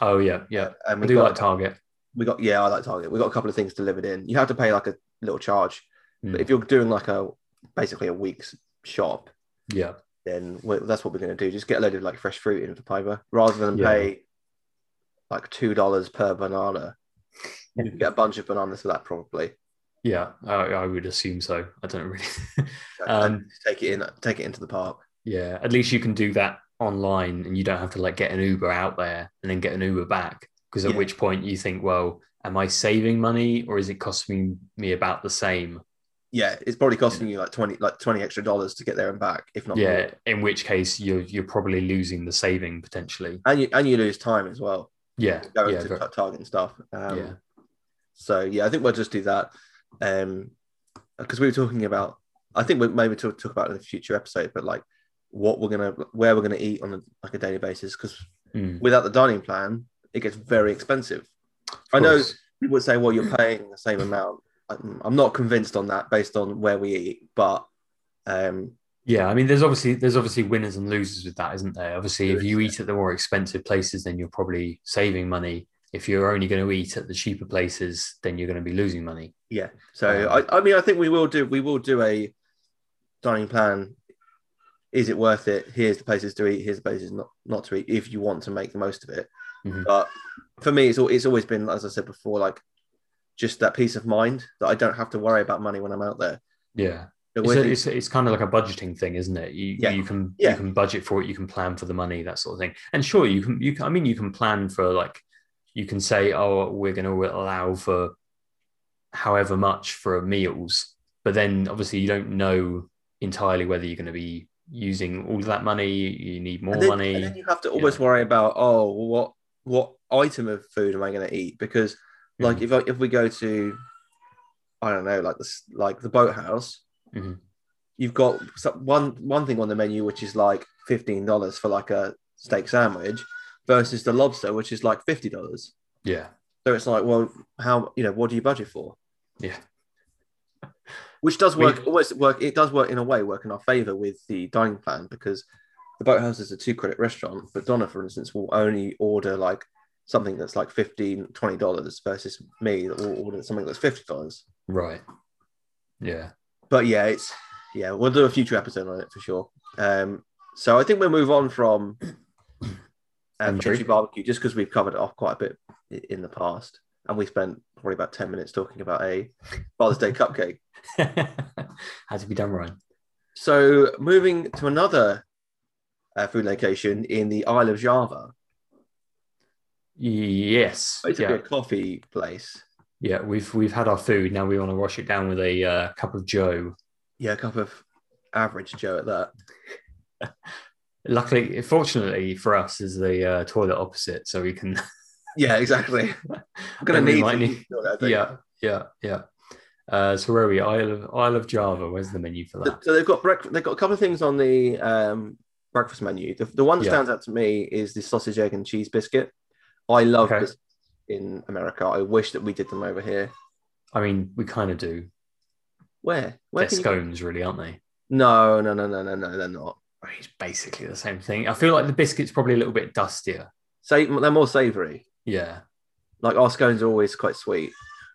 Speaker 2: Oh yeah, yeah.
Speaker 1: and
Speaker 2: I
Speaker 1: we
Speaker 2: do
Speaker 1: got,
Speaker 2: like Target.
Speaker 1: we got yeah i like target we got a couple of things delivered in you have to pay like a little charge But
Speaker 2: Mm,
Speaker 1: if you're doing like a basically a week's shop,
Speaker 2: Yeah.
Speaker 1: then we that's what we're going to do. Just get a load of like fresh fruit in for Piper rather than
Speaker 2: Yeah.
Speaker 1: pay like two dollars per banana. You can get a bunch of bananas for that probably.
Speaker 2: Yeah. I, I would assume so. I don't really. [laughs]
Speaker 1: So,
Speaker 2: Um,
Speaker 1: take it in, take it into the park.
Speaker 2: Yeah, at least you can do that online and you don't have to like get an Uber out there and then get an Uber back. Because at
Speaker 1: Yeah.
Speaker 2: which point you think, well, am I saving money or is it costing me about the same?
Speaker 1: Yeah, it's probably costing you like twenty like twenty extra dollars to get there and back, if not
Speaker 2: yeah,
Speaker 1: more.
Speaker 2: in which case you're you're probably losing the saving potentially.
Speaker 1: And you and you lose time as well
Speaker 2: Yeah,
Speaker 1: going
Speaker 2: yeah,
Speaker 1: to
Speaker 2: ver-
Speaker 1: ta- Target and stuff. Um,
Speaker 2: yeah,
Speaker 1: So yeah, I think we'll just do that. Um, because we were talking about, I think we maybe talk, talk about it in a future episode, but like what we're gonna, where we're gonna eat on a, like a daily basis. Because
Speaker 2: Mm,
Speaker 1: without the dining plan, it gets very expensive.
Speaker 2: of
Speaker 1: I know
Speaker 2: course.
Speaker 1: people would say, well, you're paying the same amount. I'm, I'm not convinced on that based on where we eat, but um,
Speaker 2: Yeah, I mean, there's obviously there's obviously winners and losers with that, isn't there? Obviously,
Speaker 1: There
Speaker 2: if
Speaker 1: is,
Speaker 2: you
Speaker 1: yeah.
Speaker 2: eat at the more expensive places, then you're probably saving money. If you're only going to eat at the cheaper places, then you're going to be losing money.
Speaker 1: yeah. So
Speaker 2: Um,
Speaker 1: I, I mean, I think we will do, we will do a dining plan. Is it worth it? Here's the places to eat. Here's the places not, not to eat. If you want to make the most of it.
Speaker 2: Mhm.
Speaker 1: But for me, it's al- it's always been, as I said before, like just that peace of mind that I don't have to worry about money when I'm out there.
Speaker 2: Yeah.
Speaker 1: So
Speaker 2: It's,
Speaker 1: we're
Speaker 2: a-
Speaker 1: thinking-
Speaker 2: it's, it's kind of like a budgeting thing, isn't it? You,
Speaker 1: Yeah.
Speaker 2: you can
Speaker 1: Yeah.
Speaker 2: you can budget for it, you can plan for the money, that sort of thing. And sure, you can you can, I mean you can plan for like you can say, oh, we're going to allow for however much for meals, but then obviously you don't know entirely whether you're going to be using all of that money. You need more
Speaker 1: and then,
Speaker 2: money.
Speaker 1: and then you have to always worry about oh well, what what item of food am I going to eat because
Speaker 2: Mm-hmm.
Speaker 1: like if I, if we go to I don't know like this like the boathouse,
Speaker 2: Mhm.
Speaker 1: you've got some, one one thing on the menu which is like fifteen dollars for like a steak sandwich versus the lobster which is like fifty dollars.
Speaker 2: yeah,
Speaker 1: So it's like well how you know what do you budget for?
Speaker 2: yeah,
Speaker 1: which does
Speaker 2: We-
Speaker 1: work always work it does work in a way work in our favor with the dining plan because the boathouse is a two credit restaurant but donna for instance will only order like something that's like 15 20 dollars versus me that will order something that's 50 dollars
Speaker 2: right, yeah, [laughs]
Speaker 1: but yeah it's yeah we'll do a future episode on it for sure um so i think we'll move on from um,
Speaker 2: Country.
Speaker 1: country barbecue just because we've covered it off quite a bit i- in the past and we spent probably about 10 minutes talking about a father's day cupcake
Speaker 2: had to be done right.
Speaker 1: So moving to another uh, food location in the Isle of Java,
Speaker 2: Yes,
Speaker 1: basically a coffee place.
Speaker 2: Yeah, we've we've had our food. Now we want to wash it down with a uh, cup of Joe.
Speaker 1: Yeah, a cup of average Joe at that.
Speaker 2: Luckily, fortunately for us, is the uh, toilet opposite, so we can. [laughs]
Speaker 1: Yeah, exactly. [laughs] I'm gonna
Speaker 2: Then we
Speaker 1: need.
Speaker 2: might
Speaker 1: some
Speaker 2: need-
Speaker 1: food, I think.
Speaker 2: [laughs] Yeah, yeah, yeah. Uh, so where are we? Isle of Isle of Java. Where's the menu for
Speaker 1: So-
Speaker 2: that?
Speaker 1: So they've got breakfast. They've got a couple of things on the um, breakfast menu. The, the one that
Speaker 2: Yeah.
Speaker 1: stands out to me is the sausage, egg, and cheese biscuit. I love
Speaker 2: Okay.
Speaker 1: this in America. I wish that we did them over here.
Speaker 2: I mean, we kind of do.
Speaker 1: Where? Where?
Speaker 2: They're
Speaker 1: can you-
Speaker 2: scones, really, aren't they?
Speaker 1: No, no, no, no, no, no. They're not.
Speaker 2: I mean, It's basically the same thing. I feel like the biscuit's probably a little bit dustier.
Speaker 1: Say they're more savory.
Speaker 2: Yeah,
Speaker 1: Like our scones are always quite sweet.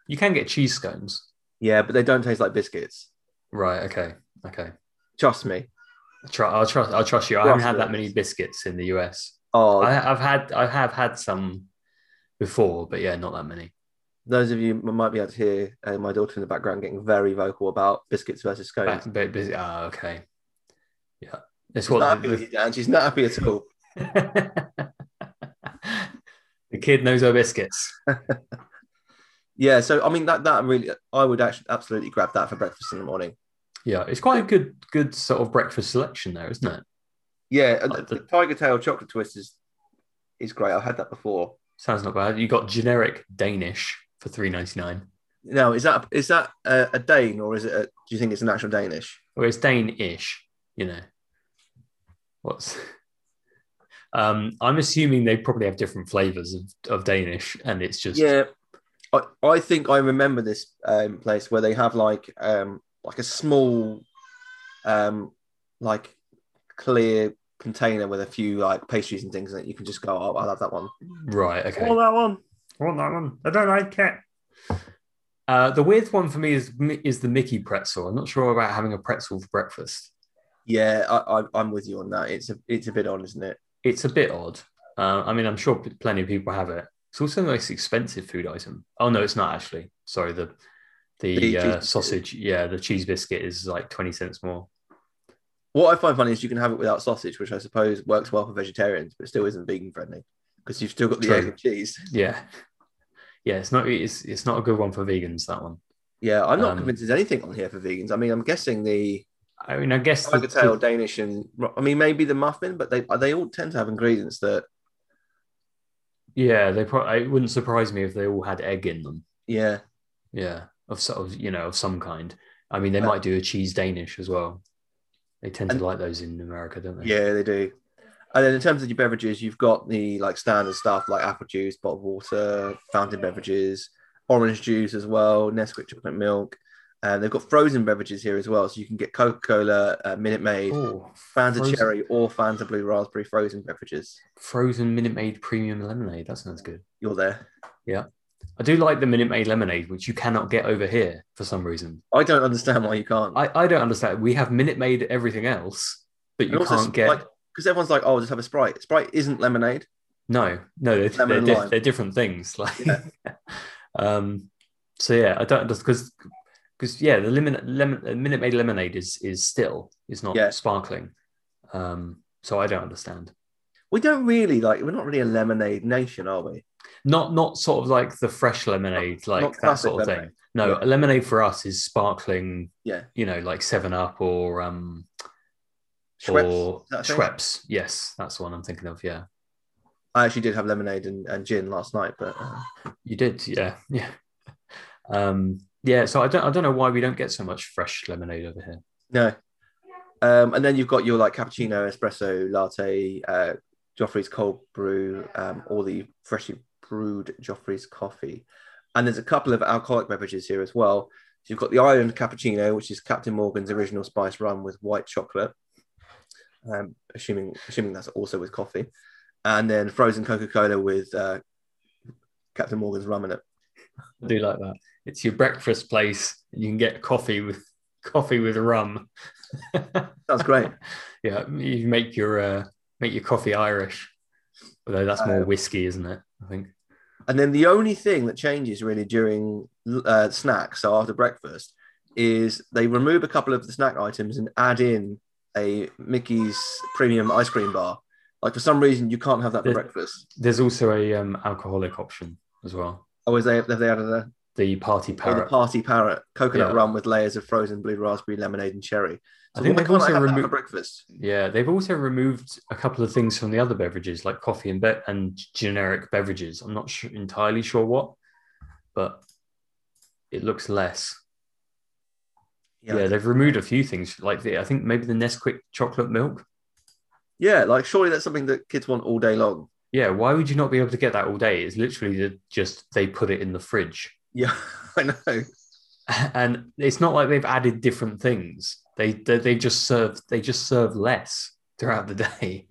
Speaker 2: you can get cheese scones.
Speaker 1: Yeah, but they don't taste like biscuits.
Speaker 2: Right. Okay. Okay.
Speaker 1: Trust me.
Speaker 2: I tru- I'll trust. I'll trust you. I haven't
Speaker 1: Trust
Speaker 2: had that
Speaker 1: us.
Speaker 2: many biscuits in the US.
Speaker 1: Oh,
Speaker 2: I, I've had I have had some before, but yeah, not that many.
Speaker 1: Those of you m- might be able to hear uh, my daughter in the background getting very vocal about biscuits versus
Speaker 2: Back,
Speaker 1: scones.
Speaker 2: bit busy. Ah, okay. Yeah, it's
Speaker 1: She's not
Speaker 2: what
Speaker 1: happy
Speaker 2: the,
Speaker 1: with you, Dan. She's not happy at all.
Speaker 2: the, [laughs] the kid knows her biscuits.
Speaker 1: Yeah, so I mean that that really, I would actually absolutely grab that for breakfast in the morning.
Speaker 2: Yeah, it's quite a good good sort of breakfast selection there, isn't it?
Speaker 1: Yeah, and
Speaker 2: Like
Speaker 1: the,
Speaker 2: the-
Speaker 1: the tiger tail chocolate twist is is great. I've had that before.
Speaker 2: Sounds not bad. You got generic Danish for three ninety nine.
Speaker 1: Now, is that is that a, a Dane or is it? A, do you think it's an actual Danish?
Speaker 2: Well, it's Danish, you know. What's [laughs] um, I'm assuming they probably have different flavors of, of Danish, and it's just
Speaker 1: Yeah, I, I think I remember this um, place where they have like um, like a small um, like clear container with a few like pastries and things in it. You can just go, oh, I'll have that one.
Speaker 2: right. Okay,
Speaker 1: Oh, that one.
Speaker 2: want that one. I don't like it. Uh, the weird one for me is is the Mickey pretzel. I'm not sure about having a pretzel for breakfast.
Speaker 1: Yeah, I, I, I'm with you on that. It's a it's a bit on, isn't it?
Speaker 2: It's a bit odd. Uh, I mean, I'm sure p- plenty of people have it. It's also the most expensive food item. Oh no, it's not actually. Sorry, the the,
Speaker 1: The cheese
Speaker 2: uh,
Speaker 1: biscuit.
Speaker 2: sausage. Yeah, the cheese biscuit is like twenty cents more.
Speaker 1: What I find funny is you can have it without sausage, which I suppose works well for vegetarians, but still isn't vegan friendly because you've still got the
Speaker 2: True.
Speaker 1: egg and cheese.
Speaker 2: Yeah, yeah. It's not it's it's not a good one for vegans. That one.
Speaker 1: Yeah, I'm not
Speaker 2: Um,
Speaker 1: convinced there's anything on here for vegans. I mean, I'm guessing the
Speaker 2: I mean, I guess the,
Speaker 1: tiger tail Danish and I mean maybe the muffin, but they they all tend to have ingredients that
Speaker 2: yeah, they probably. It wouldn't surprise me if they all had egg in them.
Speaker 1: yeah
Speaker 2: Yeah, of sort of you know of some kind. I mean, they
Speaker 1: Uh,
Speaker 2: might do a cheese Danish as well. They tend
Speaker 1: and-
Speaker 2: to like those in America, don't they?
Speaker 1: yeah they do. And then in terms of your beverages, you've got the like standard stuff like apple juice, bottled water, fountain beverages, orange juice as well, Nesquik chocolate milk. And they've got frozen beverages here as well, so you can get Coca Cola, uh, Minute Maid,
Speaker 2: Oh,
Speaker 1: Fanta
Speaker 2: frozen-
Speaker 1: Cherry, or Fanta Blue Raspberry frozen beverages.
Speaker 2: frozen Minute Maid premium lemonade. That sounds good.
Speaker 1: You're there.
Speaker 2: I do like the Minute Maid lemonade, which you cannot get over here for some reason.
Speaker 1: I don't understand why you can't.
Speaker 2: I, I don't understand. We have Minute Maid everything else, but you can't get.
Speaker 1: because everyone's like, "Oh, just have a Sprite." Sprite isn't lemonade.
Speaker 2: No, no, they're,
Speaker 1: Lemon
Speaker 2: they're,
Speaker 1: and
Speaker 2: dif-
Speaker 1: lime.
Speaker 2: they're different things. [laughs] Like,
Speaker 1: Yeah.
Speaker 2: um, so yeah, I don't just because because yeah, the lemon lemon uh, Minute Maid lemonade is is still it's not
Speaker 1: Yeah.
Speaker 2: sparkling. Um, so I don't understand.
Speaker 1: We don't really like. We're not really a lemonade nation, are we?
Speaker 2: Not not sort of like the fresh lemonade, like
Speaker 1: not
Speaker 2: that
Speaker 1: classic
Speaker 2: sort of
Speaker 1: lemonade.
Speaker 2: thing. No,
Speaker 1: Yeah.
Speaker 2: a lemonade for us is sparkling.
Speaker 1: Yeah.
Speaker 2: you know, like Seven Up or um
Speaker 1: Schweppes,
Speaker 2: or
Speaker 1: is that a thing?
Speaker 2: Schweppes. Yes, that's the one I'm thinking of. Yeah,
Speaker 1: I actually did have lemonade and, and gin last night, but uh,
Speaker 2: you did. Yeah, yeah. Um, yeah. So I don't I don't know why we don't get so much fresh lemonade over here.
Speaker 1: no. Um, and then you've got your like cappuccino, espresso, latte, uh, Joffrey's cold brew, um, or the freshly brewed Joffrey's coffee. And there's a couple of alcoholic beverages here as well. So you've got the Island cappuccino, which is Captain Morgan's original spice rum with white chocolate. Um, assuming assuming that's also with coffee, and then frozen Coca Cola with uh, Captain Morgan's rum in it.
Speaker 2: I do like that. It's your breakfast place. And you can get coffee with coffee with rum. [laughs]
Speaker 1: That's great.
Speaker 2: yeah, you make your uh, make your coffee Irish. Although that's
Speaker 1: Uh,
Speaker 2: more whiskey, isn't it? I think.
Speaker 1: And then the only thing that changes really during uh, snacks, so after breakfast, is they remove a couple of the snack items and add in a Mickey's premium ice cream bar. Like for some reason, you can't have that for
Speaker 2: There's-
Speaker 1: breakfast.
Speaker 2: There's also a um, alcoholic option as well.
Speaker 1: Oh, is they have they added a
Speaker 2: The party
Speaker 1: oh, the
Speaker 2: parrot.
Speaker 1: party parrot coconut
Speaker 2: Yeah.
Speaker 1: rum with layers of frozen blue raspberry lemonade and cherry?
Speaker 2: I
Speaker 1: So
Speaker 2: think
Speaker 1: why
Speaker 2: they've
Speaker 1: can't I
Speaker 2: also
Speaker 1: have that for
Speaker 2: removed.
Speaker 1: breakfast?
Speaker 2: Yeah, they've also removed a couple of things from the other beverages, like coffee and be- and generic beverages. I'm not su entirely sure what, but it looks less. Yeah,
Speaker 1: yeah,
Speaker 2: they've removed a few things, like the, I think maybe the Nesquik chocolate milk.
Speaker 1: yeah. Like surely that's something that kids want all day long.
Speaker 2: Yeah, why would you not be able to get that all day? It's literally the, just they put it in the fridge, [laughs]
Speaker 1: Yeah, [laughs] I know.
Speaker 2: and it's not like they've added different things. They they, they just serve they just serve less throughout the [laughs] day.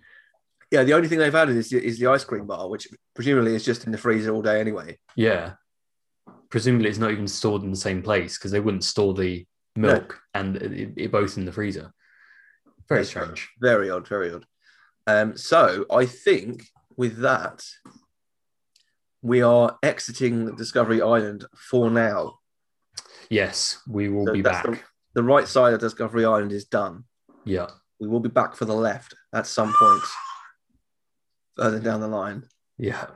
Speaker 1: Yeah, the only thing they've added is the, is the ice cream bar, which presumably is just in the freezer all day anyway.
Speaker 2: Yeah. Presumably, it's not even stored in the same place because they wouldn't store the milk and it, it both in the freezer. Very
Speaker 1: Yes, sir.
Speaker 2: strange.
Speaker 1: Very odd, very odd. Um, so I think with that, we are exiting Discovery Island for now.
Speaker 2: Yes, we will
Speaker 1: So
Speaker 2: be
Speaker 1: that's
Speaker 2: back.
Speaker 1: the- The right side of Discovery Island is done.
Speaker 2: Yeah.
Speaker 1: We will be back for the left at some point further down the line. [laughs]
Speaker 2: Yeah.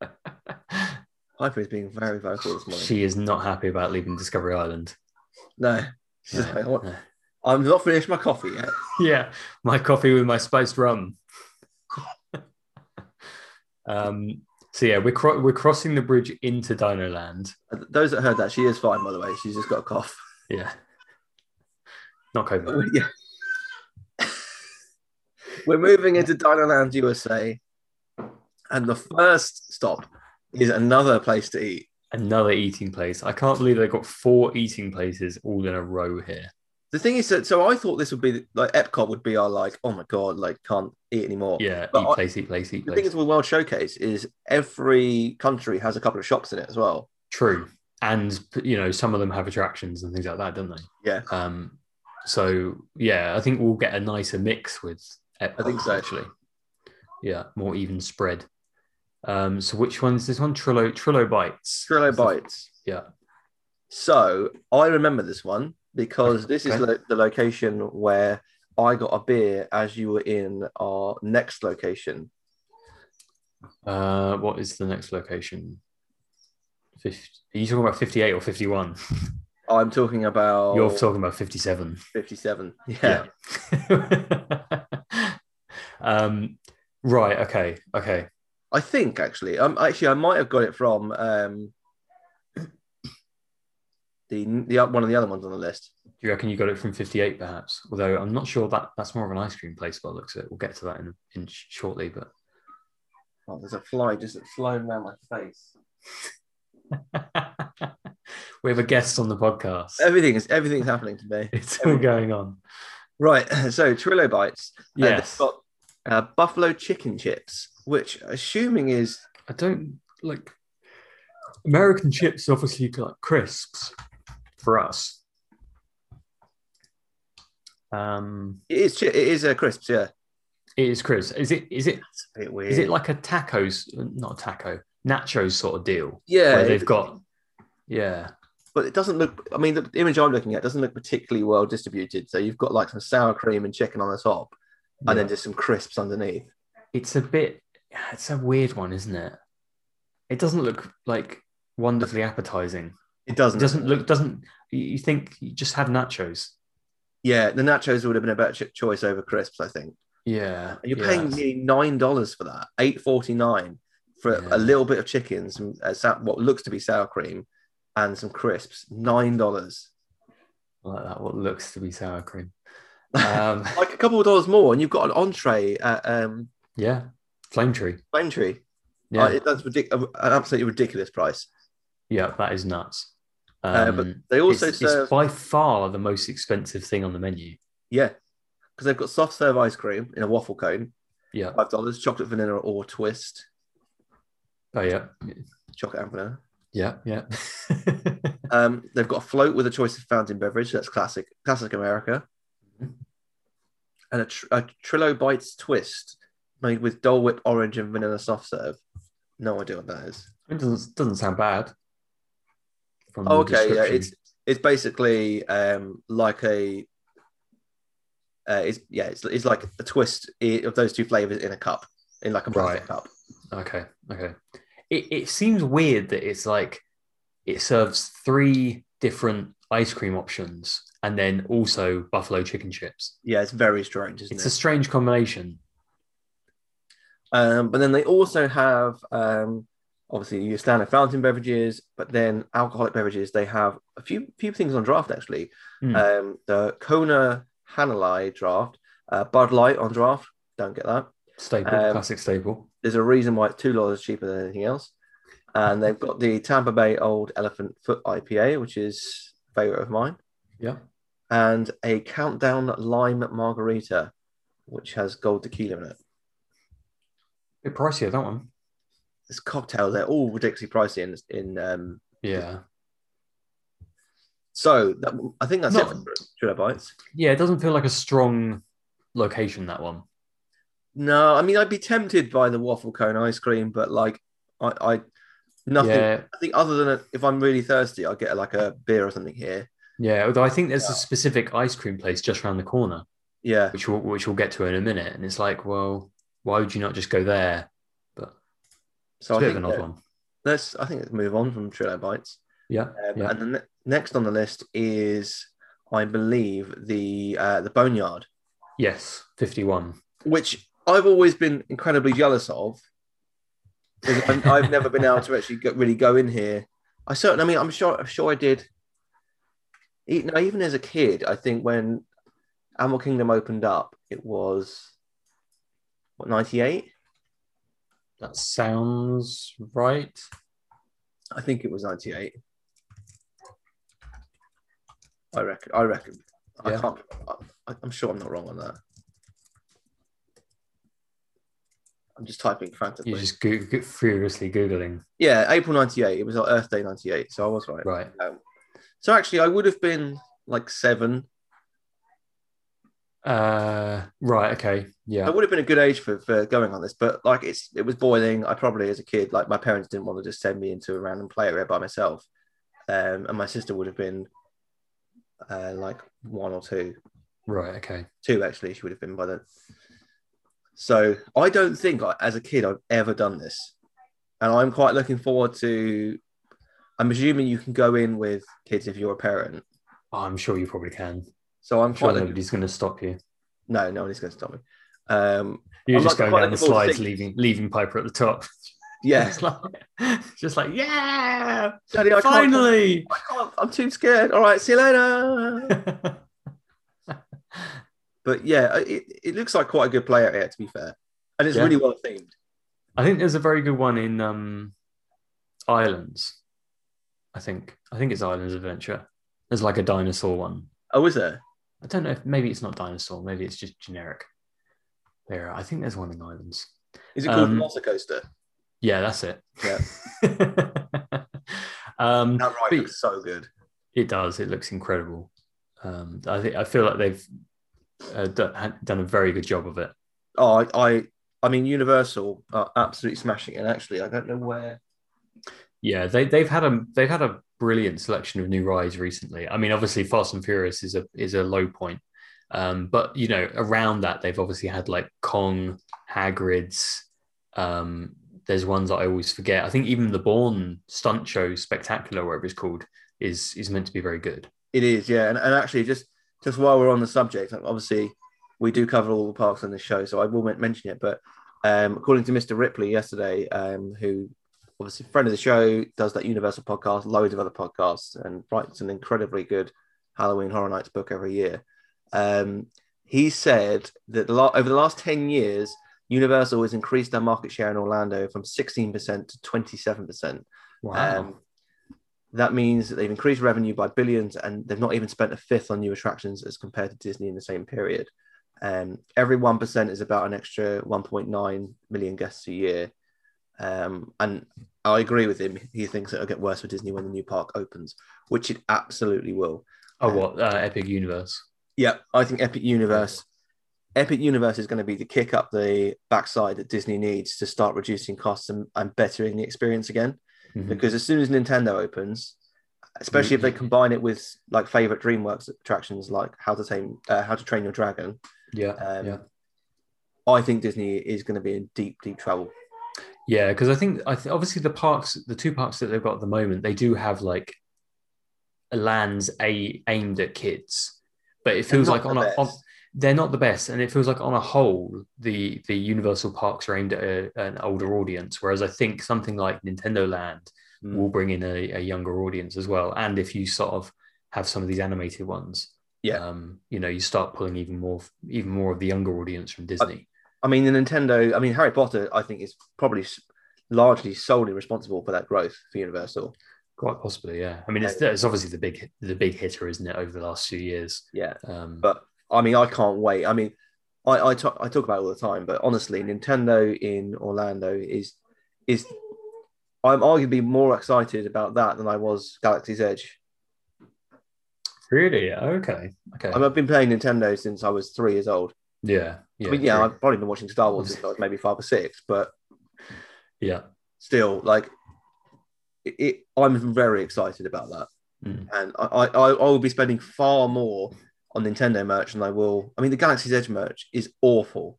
Speaker 2: [laughs]
Speaker 1: Piper is being very vocal this morning.
Speaker 2: she is not happy about leaving Discovery Island.
Speaker 1: no, she's
Speaker 2: No,
Speaker 1: [laughs] like, "I want-
Speaker 2: no.
Speaker 1: I'm not finished my coffee yet.
Speaker 2: [laughs] yeah, my coffee with my spiced rum. [laughs] um, so yeah, we're cro- we're crossing the bridge into Dino Land.
Speaker 1: Those that heard that, she is fine, by the way. She's just got a cough.
Speaker 2: Yeah, not
Speaker 1: But
Speaker 2: COVID.
Speaker 1: we- [laughs] yeah. We're moving into Dinoland USA, and the first stop is another place to eat.
Speaker 2: Another eating place. I can't believe they got four eating places all in a row here.
Speaker 1: The thing is that so I thought this would be like Epcot would be our like oh my god like can't eat anymore.
Speaker 2: Yeah,
Speaker 1: But I-
Speaker 2: eat place, eat place, eat
Speaker 1: The thing
Speaker 2: place.
Speaker 1: is with World Showcase is every country has a couple of shops in it as well.
Speaker 2: True, and you know some of them have attractions and things like that, don't they?
Speaker 1: Yeah.
Speaker 2: Um, so yeah, I think we'll get a nicer mix with. Epcot,
Speaker 1: I think so.
Speaker 2: actually. Yeah, more even spread. Um, so which one is this one? Trillo Trillo Bites.
Speaker 1: Trillo
Speaker 2: Is the-
Speaker 1: Bites.
Speaker 2: Yeah.
Speaker 1: So I remember this one because this is
Speaker 2: Okay.
Speaker 1: lo- the location where I got a beer as you were in our next location.
Speaker 2: Uh, what is the next location? 50, are you talking about fifty-eight or fifty-one?
Speaker 1: I'm talking about
Speaker 2: You're talking about fifty-seven. [laughs]
Speaker 1: 57. Yeah.
Speaker 2: Yeah. [laughs] um, right. Okay. Okay.
Speaker 1: I think actually, um, actually, I might have got it from um, the the one of the other ones on the list.
Speaker 2: Do you reckon you got it from 58 perhaps? Although I'm not sure that that's more of an ice cream place by the looks of it. We'll get to that in, in sh- shortly, but
Speaker 1: Oh, there's a fly just flying around my face.
Speaker 2: we have a guest on the podcast.
Speaker 1: Everything is everything's happening to me.
Speaker 2: [laughs]
Speaker 1: [laughs]
Speaker 2: It's all going on.
Speaker 1: Right, [laughs] so Trillo bites. Uh, they've
Speaker 2: Yes.
Speaker 1: got uh, buffalo chicken chips, which assuming is
Speaker 2: I don't like American chips, obviously, like crisps for us. Um,
Speaker 1: it is chi- it is a crisps. Yeah,
Speaker 2: it is crisps. Is it? Is it?
Speaker 1: it's a bit weird.
Speaker 2: Is it like a tacos? Not a taco, nachos sort of deal
Speaker 1: yeah,
Speaker 2: where they've
Speaker 1: it-
Speaker 2: got. Yeah,
Speaker 1: but it doesn't look. I mean, the image I'm looking at doesn't look particularly well distributed. So you've got like some sour cream and chicken on the top, and then
Speaker 2: Yeah.
Speaker 1: just some crisps underneath.
Speaker 2: it's a bit. It's a weird one, isn't it? It doesn't look like wonderfully appetizing.
Speaker 1: It
Speaker 2: It
Speaker 1: doesn't.
Speaker 2: doesn't look. Doesn't you you think you just have nachos?
Speaker 1: Yeah, the nachos would have been a better ch- choice over crisps, I think.
Speaker 2: Yeah,
Speaker 1: And you're
Speaker 2: yeah.
Speaker 1: paying nearly nine dollars for that, eight forty nine for
Speaker 2: Yeah.
Speaker 1: a little bit of chicken, some uh, sa- what looks to be sour cream, and some crisps. Nine dollars,
Speaker 2: I like that. What looks to be sour
Speaker 1: [laughs]
Speaker 2: cream. Um,
Speaker 1: like a couple of dollars more, and you've got an entree at um,
Speaker 2: yeah, flame tree.
Speaker 1: Braintree.
Speaker 2: Yeah,
Speaker 1: Uh, it- that's ridic- an absolutely ridiculous price.
Speaker 2: yeah, that is nuts. Um,
Speaker 1: Uh, but They also
Speaker 2: it's, it's
Speaker 1: serve,
Speaker 2: by far the most expensive thing on the menu.
Speaker 1: yeah, because they've got soft serve ice cream in a waffle cone,
Speaker 2: Yeah.
Speaker 1: five dollars, chocolate vanilla or twist,
Speaker 2: Oh yeah,
Speaker 1: chocolate and vanilla.
Speaker 2: yeah, yeah. [laughs]
Speaker 1: Um, they've got a float with a choice of fountain beverage. That's classic, classic America.
Speaker 2: Mhm.
Speaker 1: And a, tr- a Trillo Bites twist made with Dole Whip orange and vanilla soft serve. No idea what that is.
Speaker 2: it doesn't doesn't sound bad. From
Speaker 1: Oh,
Speaker 2: the
Speaker 1: okay, yeah,
Speaker 2: description.
Speaker 1: it's it's basically um, like a. Uh, it's yeah, it's, it's like a twist i- of those two flavors in a cup, in like a plastic
Speaker 2: Right.
Speaker 1: cup.
Speaker 2: Okay, okay. It it seems weird that it's like it serves three different ice cream options and then also buffalo chicken chips.
Speaker 1: Yeah, it's very strange, isn't
Speaker 2: It's
Speaker 1: it?
Speaker 2: a strange combination.
Speaker 1: Um, but then they also have um, obviously your standard fountain beverages, but then alcoholic beverages. They have a few few things on draft actually.
Speaker 2: Hmm.
Speaker 1: Um, the Kona Hanalei draft, uh, Bud Light on draft. Don't get that.
Speaker 2: Staple,
Speaker 1: Um,
Speaker 2: classic staple.
Speaker 1: There's a reason why it's two dollars cheaper than anything else. And they've got the Tampa Bay Old Elephant Foot IPA, which is a favorite of mine,
Speaker 2: Yeah.
Speaker 1: and a Countdown Lime Margarita, which has gold tequila in it.
Speaker 2: bit pricier that one.
Speaker 1: This cocktail, they're all ridiculously pricey in in um,
Speaker 2: Yeah.
Speaker 1: So that, I think that's
Speaker 2: Not-
Speaker 1: it for Trillo Bites.
Speaker 2: Yeah, it doesn't feel like a strong location that one.
Speaker 1: No, I mean I'd be tempted by the waffle cone ice cream, but like I, I Nothing.
Speaker 2: Yeah,
Speaker 1: I think other than a, if I'm really thirsty, I get like a beer or something here.
Speaker 2: yeah. Although I think there's a specific ice cream place just around the corner,
Speaker 1: Yeah,
Speaker 2: which we'll, which we'll get to in a minute. And it's like, well, why would you not just go there? But it's
Speaker 1: so
Speaker 2: a
Speaker 1: Oh, I
Speaker 2: bit
Speaker 1: think
Speaker 2: of an odd
Speaker 1: that-
Speaker 2: one.
Speaker 1: let's. I think let's move on from Trillo Bites.
Speaker 2: Yeah,
Speaker 1: Um,
Speaker 2: yeah.
Speaker 1: And the ne- next on the list is, I believe, the uh, the Boneyard,
Speaker 2: Yes, fifty-one.
Speaker 1: which I've always been incredibly jealous of. 'cause I'm- I've never been able to actually go, really go in here. I certainly, I mean, I'm sure, I'm sure I did. E- No, even as a kid, I think when Animal Kingdom opened up, it was what 98.
Speaker 2: That sounds right.
Speaker 1: I think it was 98. I reckon. I reckon. I
Speaker 2: Yeah.
Speaker 1: can't. I, I'm sure I'm not wrong on that. I'm just typing frantically.
Speaker 2: You're just go- go- furiously googling,
Speaker 1: Yeah, April 98. It was like Earth Day 98. So I was right.
Speaker 2: right?
Speaker 1: So actually, I would have been like seven.
Speaker 2: Uh, right. Okay.
Speaker 1: I
Speaker 2: Yeah.
Speaker 1: would have been a good age for, for going on this, but like it's it was boiling. I probably, as a kid, like my parents didn't want to just send me into a random play area by myself. Um, and my sister would have been uh, like one or two.
Speaker 2: Right. Okay.
Speaker 1: two actually she would have been by then so i don't think I, as a kid i've ever done this and i'm quite looking forward to i'm assuming you can go in with kids if you're a parent
Speaker 2: I'm sure you probably can.
Speaker 1: so i'm
Speaker 2: I'm sure
Speaker 1: quite looking,
Speaker 2: nobody's going to stop you.
Speaker 1: no no one's going to stop me um
Speaker 2: You're
Speaker 1: I'm
Speaker 2: just
Speaker 1: not
Speaker 2: going
Speaker 1: quite
Speaker 2: down the
Speaker 1: looking forward to
Speaker 2: slides,
Speaker 1: seeing-
Speaker 2: leaving leaving Piper at the top. [laughs]
Speaker 1: yeah
Speaker 2: just like, [laughs] just like yeah,
Speaker 1: Daddy, I can't-
Speaker 2: finally.
Speaker 1: I can't, i'm too scared all right see you later [laughs]
Speaker 2: [laughs]
Speaker 1: but yeah it, it looks like quite a good play area to be fair and it's
Speaker 2: Yeah.
Speaker 1: really well themed
Speaker 2: I think there's a very good one in um, Islands. I think I think it's Islands Adventure. There's like a dinosaur one.
Speaker 1: oh is there
Speaker 2: I don't know if maybe it's not dinosaur. Maybe it's just generic. There, I think there's one in Islands.
Speaker 1: is it called
Speaker 2: Um,
Speaker 1: Velocicoaster? coaster
Speaker 2: Yeah, that's it.
Speaker 1: Yeah.
Speaker 2: [laughs] um,
Speaker 1: that ride
Speaker 2: but-
Speaker 1: looks so good
Speaker 2: It does. It looks incredible. Um, I think I feel like they've uh, do- had- done a very good job of it.
Speaker 1: Oh, I, I, I mean, Universal are absolutely smashing it. And actually, I don't know where.
Speaker 2: Yeah, they they've had a they've had a brilliant selection of new rides recently. I mean, obviously, Fast and Furious is a is a low point, um, but you know, around that they've obviously had like Kong, Hagrid's. Um, there's ones that I always forget. I think even the Bourne stunt show, Spectacular, whatever it's called, is is meant to be very good.
Speaker 1: It is, yeah. And, and actually, just just while we're on the subject, obviously, we do cover all the parks on this show, so I will men- mention it. But um, according to Mr. Ripley yesterday, um, who obviously friend of the show, does that Universal podcast, loads of other podcasts, and writes an incredibly good Halloween Horror Nights book every year. Um, he said that the la- over the last ten years, Universal has increased their market share in Orlando from sixteen percent to twenty seven percent. Um, that means that they've increased revenue by billions and they've not even spent a fifth on new attractions as compared to Disney in the same period. Um, every 1% is about an extra 1.9 million guests a year. Um, and I agree with him. He thinks it'll get worse for Disney when the new park opens, which it absolutely will.
Speaker 2: oh, what uh, Epic Universe?
Speaker 1: Yeah, I think Epic Universe. Epic Universe is going to be the kick up the backside that Disney needs to start reducing costs and, and bettering the experience again
Speaker 2: Mhm.
Speaker 1: because as soon as Nintendo opens, especially if they
Speaker 2: Mm-hmm.
Speaker 1: combine it with like favorite DreamWorks attractions like How to Tame, uh, How to Train Your Dragon,
Speaker 2: Yeah,
Speaker 1: um,
Speaker 2: yeah.
Speaker 1: I think Disney is going to be in deep, deep trouble.
Speaker 2: Yeah, because I think I th- obviously the parks, the two parks that they've got at the moment, they do have like lands a- aimed at kids, but it
Speaker 1: They're
Speaker 2: feels
Speaker 1: not
Speaker 2: like
Speaker 1: the
Speaker 2: on a on,
Speaker 1: best.
Speaker 2: they're not the best, and it feels like on a whole the the Universal parks are aimed at a, an older audience, whereas I think something like Nintendo Land
Speaker 1: Hmm.
Speaker 2: will bring in a, a younger audience as well, and if you sort of have some of these animated ones,
Speaker 1: Yeah.
Speaker 2: um, you know, you start pulling even more even more of the younger audience from Disney.
Speaker 1: I mean, the Nintendo, I mean, Harry Potter, I think is probably s- largely solely responsible for that growth for Universal.
Speaker 2: Quite possibly, yeah. I mean, it's, it's obviously the big the big hitter, isn't it, over the last few years?
Speaker 1: Yeah.
Speaker 2: Um,
Speaker 1: But I mean, I can't wait. I mean, I I talk, I talk about it all the time, but honestly, Nintendo in Orlando is is I'm arguably more excited about that than I was Galaxy's Edge.
Speaker 2: really, okay, okay,
Speaker 1: I mean, I've been playing Nintendo since I was three years old.
Speaker 2: yeah, yeah,
Speaker 1: I mean, yeah,
Speaker 2: true.
Speaker 1: I've probably been watching Star Wars since I was maybe five or six, but
Speaker 2: yeah,
Speaker 1: still, like, it, it, I'm very excited about that,
Speaker 2: Mm.
Speaker 1: and I, I I I will be spending far more on Nintendo merch than I will. I mean, the Galaxy's Edge merch is awful.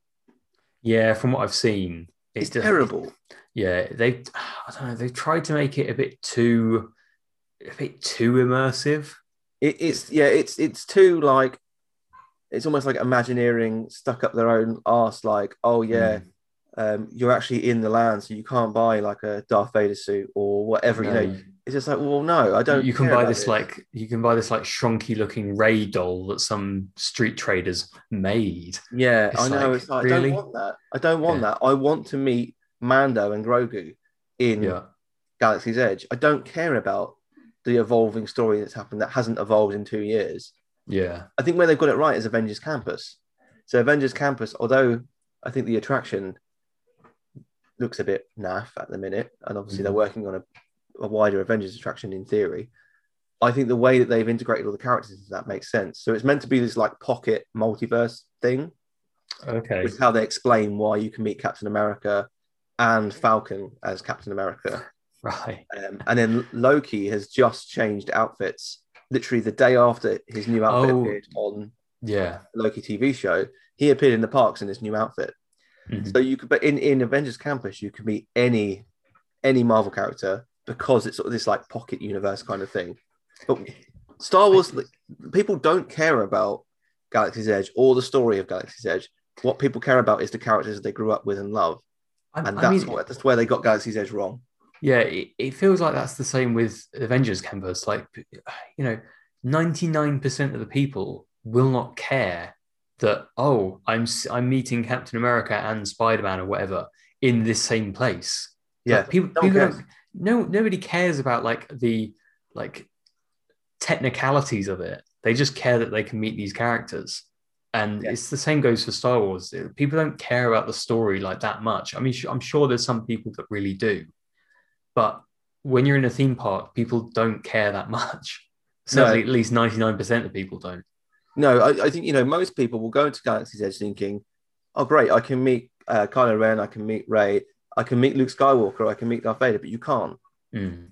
Speaker 2: Yeah, from what I've seen, it
Speaker 1: It's
Speaker 2: doesn't-
Speaker 1: terrible.
Speaker 2: Yeah, they I don't know, they've tried to make it a bit too a bit too immersive.
Speaker 1: It, it's yeah, it's it's too like it's almost like Imagineering stuck up their own arse. Like, oh
Speaker 2: Hmm.
Speaker 1: yeah, um, you're actually in the land, so you can't buy like a Darth Vader suit or whatever. You know,
Speaker 2: No.
Speaker 1: it's just like, well, no, I don't.
Speaker 2: you can
Speaker 1: care
Speaker 2: buy
Speaker 1: about
Speaker 2: this like you can buy this like shrunky looking Ray doll that some street traders made.
Speaker 1: Yeah,
Speaker 2: It's
Speaker 1: I know.
Speaker 2: like,
Speaker 1: it's like, I
Speaker 2: really?
Speaker 1: don't want that. I don't want
Speaker 2: Yeah.
Speaker 1: that. I want to meet Mando and Grogu in
Speaker 2: Yeah.
Speaker 1: Galaxy's Edge. I don't care about the evolving story that's happened that hasn't evolved in two years.
Speaker 2: Yeah.
Speaker 1: I think where they've got it right is Avengers Campus. So Avengers Campus, although I think the attraction looks a bit naff at the minute, and obviously they're working on a, a wider Avengers attraction in theory. I think the way that they've integrated all the characters into that makes sense. So it's meant to be this like pocket multiverse thing
Speaker 2: Okay.
Speaker 1: which is how they explain why you can meet Captain America and Falcon as Captain America.
Speaker 2: Right.
Speaker 1: Um, and then Loki has just changed outfits literally the day after his new outfit
Speaker 2: Oh.
Speaker 1: appeared on
Speaker 2: Yeah.
Speaker 1: the Loki TV show. He appeared in the parks in his new outfit.
Speaker 2: Mhm.
Speaker 1: So you could, but in, in Avengers Campus, you could meet any any Marvel character because it's sort of this like pocket universe kind of thing. But Star Wars, like, people don't care about Galaxy's Edge or the story of Galaxy's Edge. What people care about is the characters they grew up with and love,
Speaker 2: I,
Speaker 1: and
Speaker 2: I
Speaker 1: that's
Speaker 2: mean,
Speaker 1: where that's where they got Galaxy's Edge wrong.
Speaker 2: yeah, it, it feels like that's the same with Avengers Campus. Like, you know, 99% of the people will not care that, oh, I'm, s- I'm meeting Captain America and Spider Man or whatever in this same place.
Speaker 1: Yeah,
Speaker 2: Like, people,
Speaker 1: no one
Speaker 2: people
Speaker 1: cares.
Speaker 2: don't, no, nobody cares about like the like technicalities of it. They just care that they can meet these characters. And
Speaker 1: Yeah.
Speaker 2: it's the same goes for Star Wars. People don't care about the story like that much. I mean, su- I'm sure there's some people that really do, but when you're in a theme park, people don't care that much. [laughs] Certainly, at least 99% of people don't.
Speaker 1: No, I, I think you know most people will go into Galaxy's Edge thinking, "Oh, great! I can meet uh, Kylo Ren, I can meet Ray, I can meet Luke Skywalker, I can meet Darth Vader," but you can't.
Speaker 2: Mm.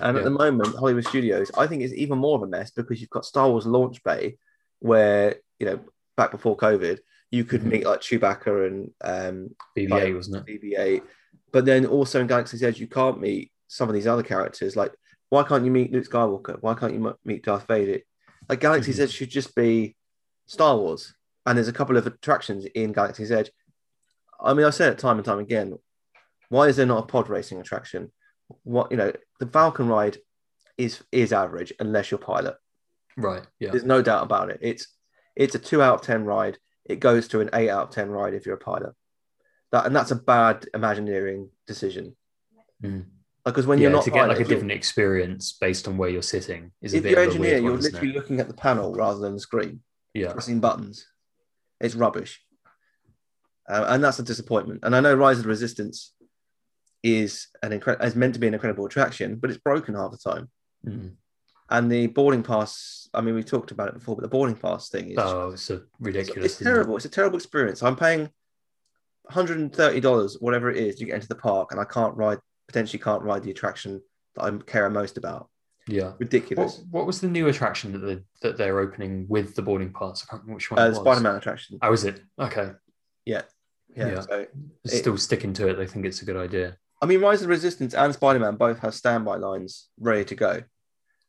Speaker 1: And at
Speaker 2: Yeah.
Speaker 1: the moment, Hollywood Studios, I think, is even more of a mess because you've got Star Wars Launch Bay, where you know back before COVID, you could
Speaker 2: Mhm.
Speaker 1: meet like Chewbacca and um,
Speaker 2: BBA,
Speaker 1: Like-
Speaker 2: wasn't it?
Speaker 1: BB-8, but then also in Galaxy's Edge, you can't meet some of these other characters. Like, why can't you meet Luke Skywalker? Why can't you m- meet Darth Vader? Like, Galaxy's
Speaker 2: Mhm.
Speaker 1: Edge should just be Star Wars, and there's a couple of attractions in Galaxy's Edge. I mean, I said it time and time again. Why is there not a pod racing attraction? What you know, the Falcon ride is is average unless you're pilot.
Speaker 2: Right. Yeah.
Speaker 1: There's no doubt about it. It's it's a two out of ten ride. It goes to an eight out of ten ride if you're a pilot. That and that's a bad Imagineering decision.
Speaker 2: Mm.
Speaker 1: Because when
Speaker 2: yeah,
Speaker 1: you're not
Speaker 2: to get
Speaker 1: pilot,
Speaker 2: like a
Speaker 1: you're-
Speaker 2: different experience based on where you're sitting is a
Speaker 1: if
Speaker 2: bit
Speaker 1: you're
Speaker 2: of a
Speaker 1: engineer,
Speaker 2: weird
Speaker 1: you're
Speaker 2: one, isn't it?
Speaker 1: literally looking at the panel rather than the screen,
Speaker 2: Yeah.
Speaker 1: pressing buttons. It's rubbish, Uh, and that's a disappointment. And I know Rise of the Resistance is an incredible, is meant to be an incredible attraction, but it's broken half the time.
Speaker 2: Mm.
Speaker 1: And the boarding pass, I mean, we talked about it before, but the boarding pass thing is
Speaker 2: Oh, it's a ridiculous.
Speaker 1: It's
Speaker 2: isn't it?
Speaker 1: terrible. It's a terrible experience. I'm paying $130, whatever it is, to get into the park, and I can't ride, potentially can't ride the attraction that I care most about.
Speaker 2: Yeah. What,
Speaker 1: Ridiculous.
Speaker 2: what was the new attraction that they, that they're opening with the boarding pass? I can't remember which one.
Speaker 1: Uh,
Speaker 2: it
Speaker 1: the
Speaker 2: was.
Speaker 1: Spider Man attraction.
Speaker 2: Oh, is it? Okay.
Speaker 1: Yeah.
Speaker 2: yeah.
Speaker 1: So, It-
Speaker 2: Still sticking to it. They think it's a good idea.
Speaker 1: I mean, Rise of the Resistance and Spider Man both have standby lines ready to go.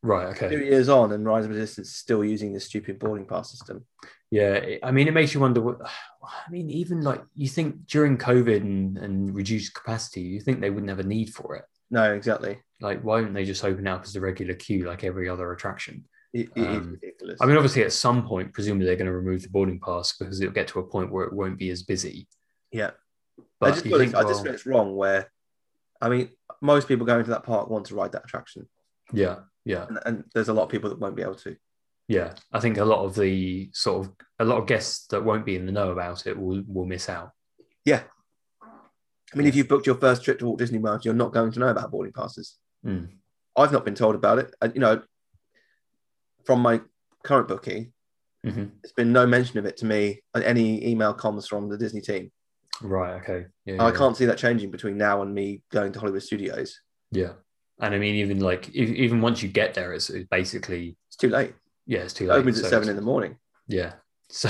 Speaker 2: Right.
Speaker 1: Two
Speaker 2: Okay.
Speaker 1: years on, and Rise of the Resistance is still using this stupid boarding pass system.
Speaker 2: Yeah. it- I mean, it makes you wonder what. [sighs] I mean, even like you think during COVID and, and reduced capacity, you think they wouldn't have a need for it.
Speaker 1: No, exactly.
Speaker 2: Like, why wouldn't they just open it up as a regular queue like every other attraction?
Speaker 1: It, it is
Speaker 2: Um,
Speaker 1: ridiculous.
Speaker 2: I mean, obviously, at some point, presumably they're going to remove the boarding pass because it'll get to a point where it won't be as busy.
Speaker 1: Yeah.
Speaker 2: But
Speaker 1: I just,
Speaker 2: you
Speaker 1: feel
Speaker 2: think, oh,
Speaker 1: it's, I just
Speaker 2: well,
Speaker 1: feel it's wrong where, I mean, most people going to that park want to ride that attraction,
Speaker 2: yeah, yeah.
Speaker 1: and, and there's a lot of people that won't be able to.
Speaker 2: Yeah, I think a lot of the sort of a lot of guests that won't be in the know about it will will miss out.
Speaker 1: I mean, if you've booked your first trip to Walt Disney World, you're not going to know about boarding passes.
Speaker 2: Mm.
Speaker 1: I've not been told about it. And, you know, from my current booking,
Speaker 2: Mhm.
Speaker 1: there's been no mention of it to me on any email comms from the Disney team.
Speaker 2: Right. Okay. Yeah.
Speaker 1: And I
Speaker 2: yeah,
Speaker 1: can't see that changing between now and me going to Hollywood Studios.
Speaker 2: Yeah. And I mean, even like e- even once you get there, it's, it's basically
Speaker 1: It's too late.
Speaker 2: yeah, it's too
Speaker 1: It
Speaker 2: late.
Speaker 1: opens at
Speaker 2: So
Speaker 1: seven
Speaker 2: it's-
Speaker 1: in the morning.
Speaker 2: [laughs] Yeah. So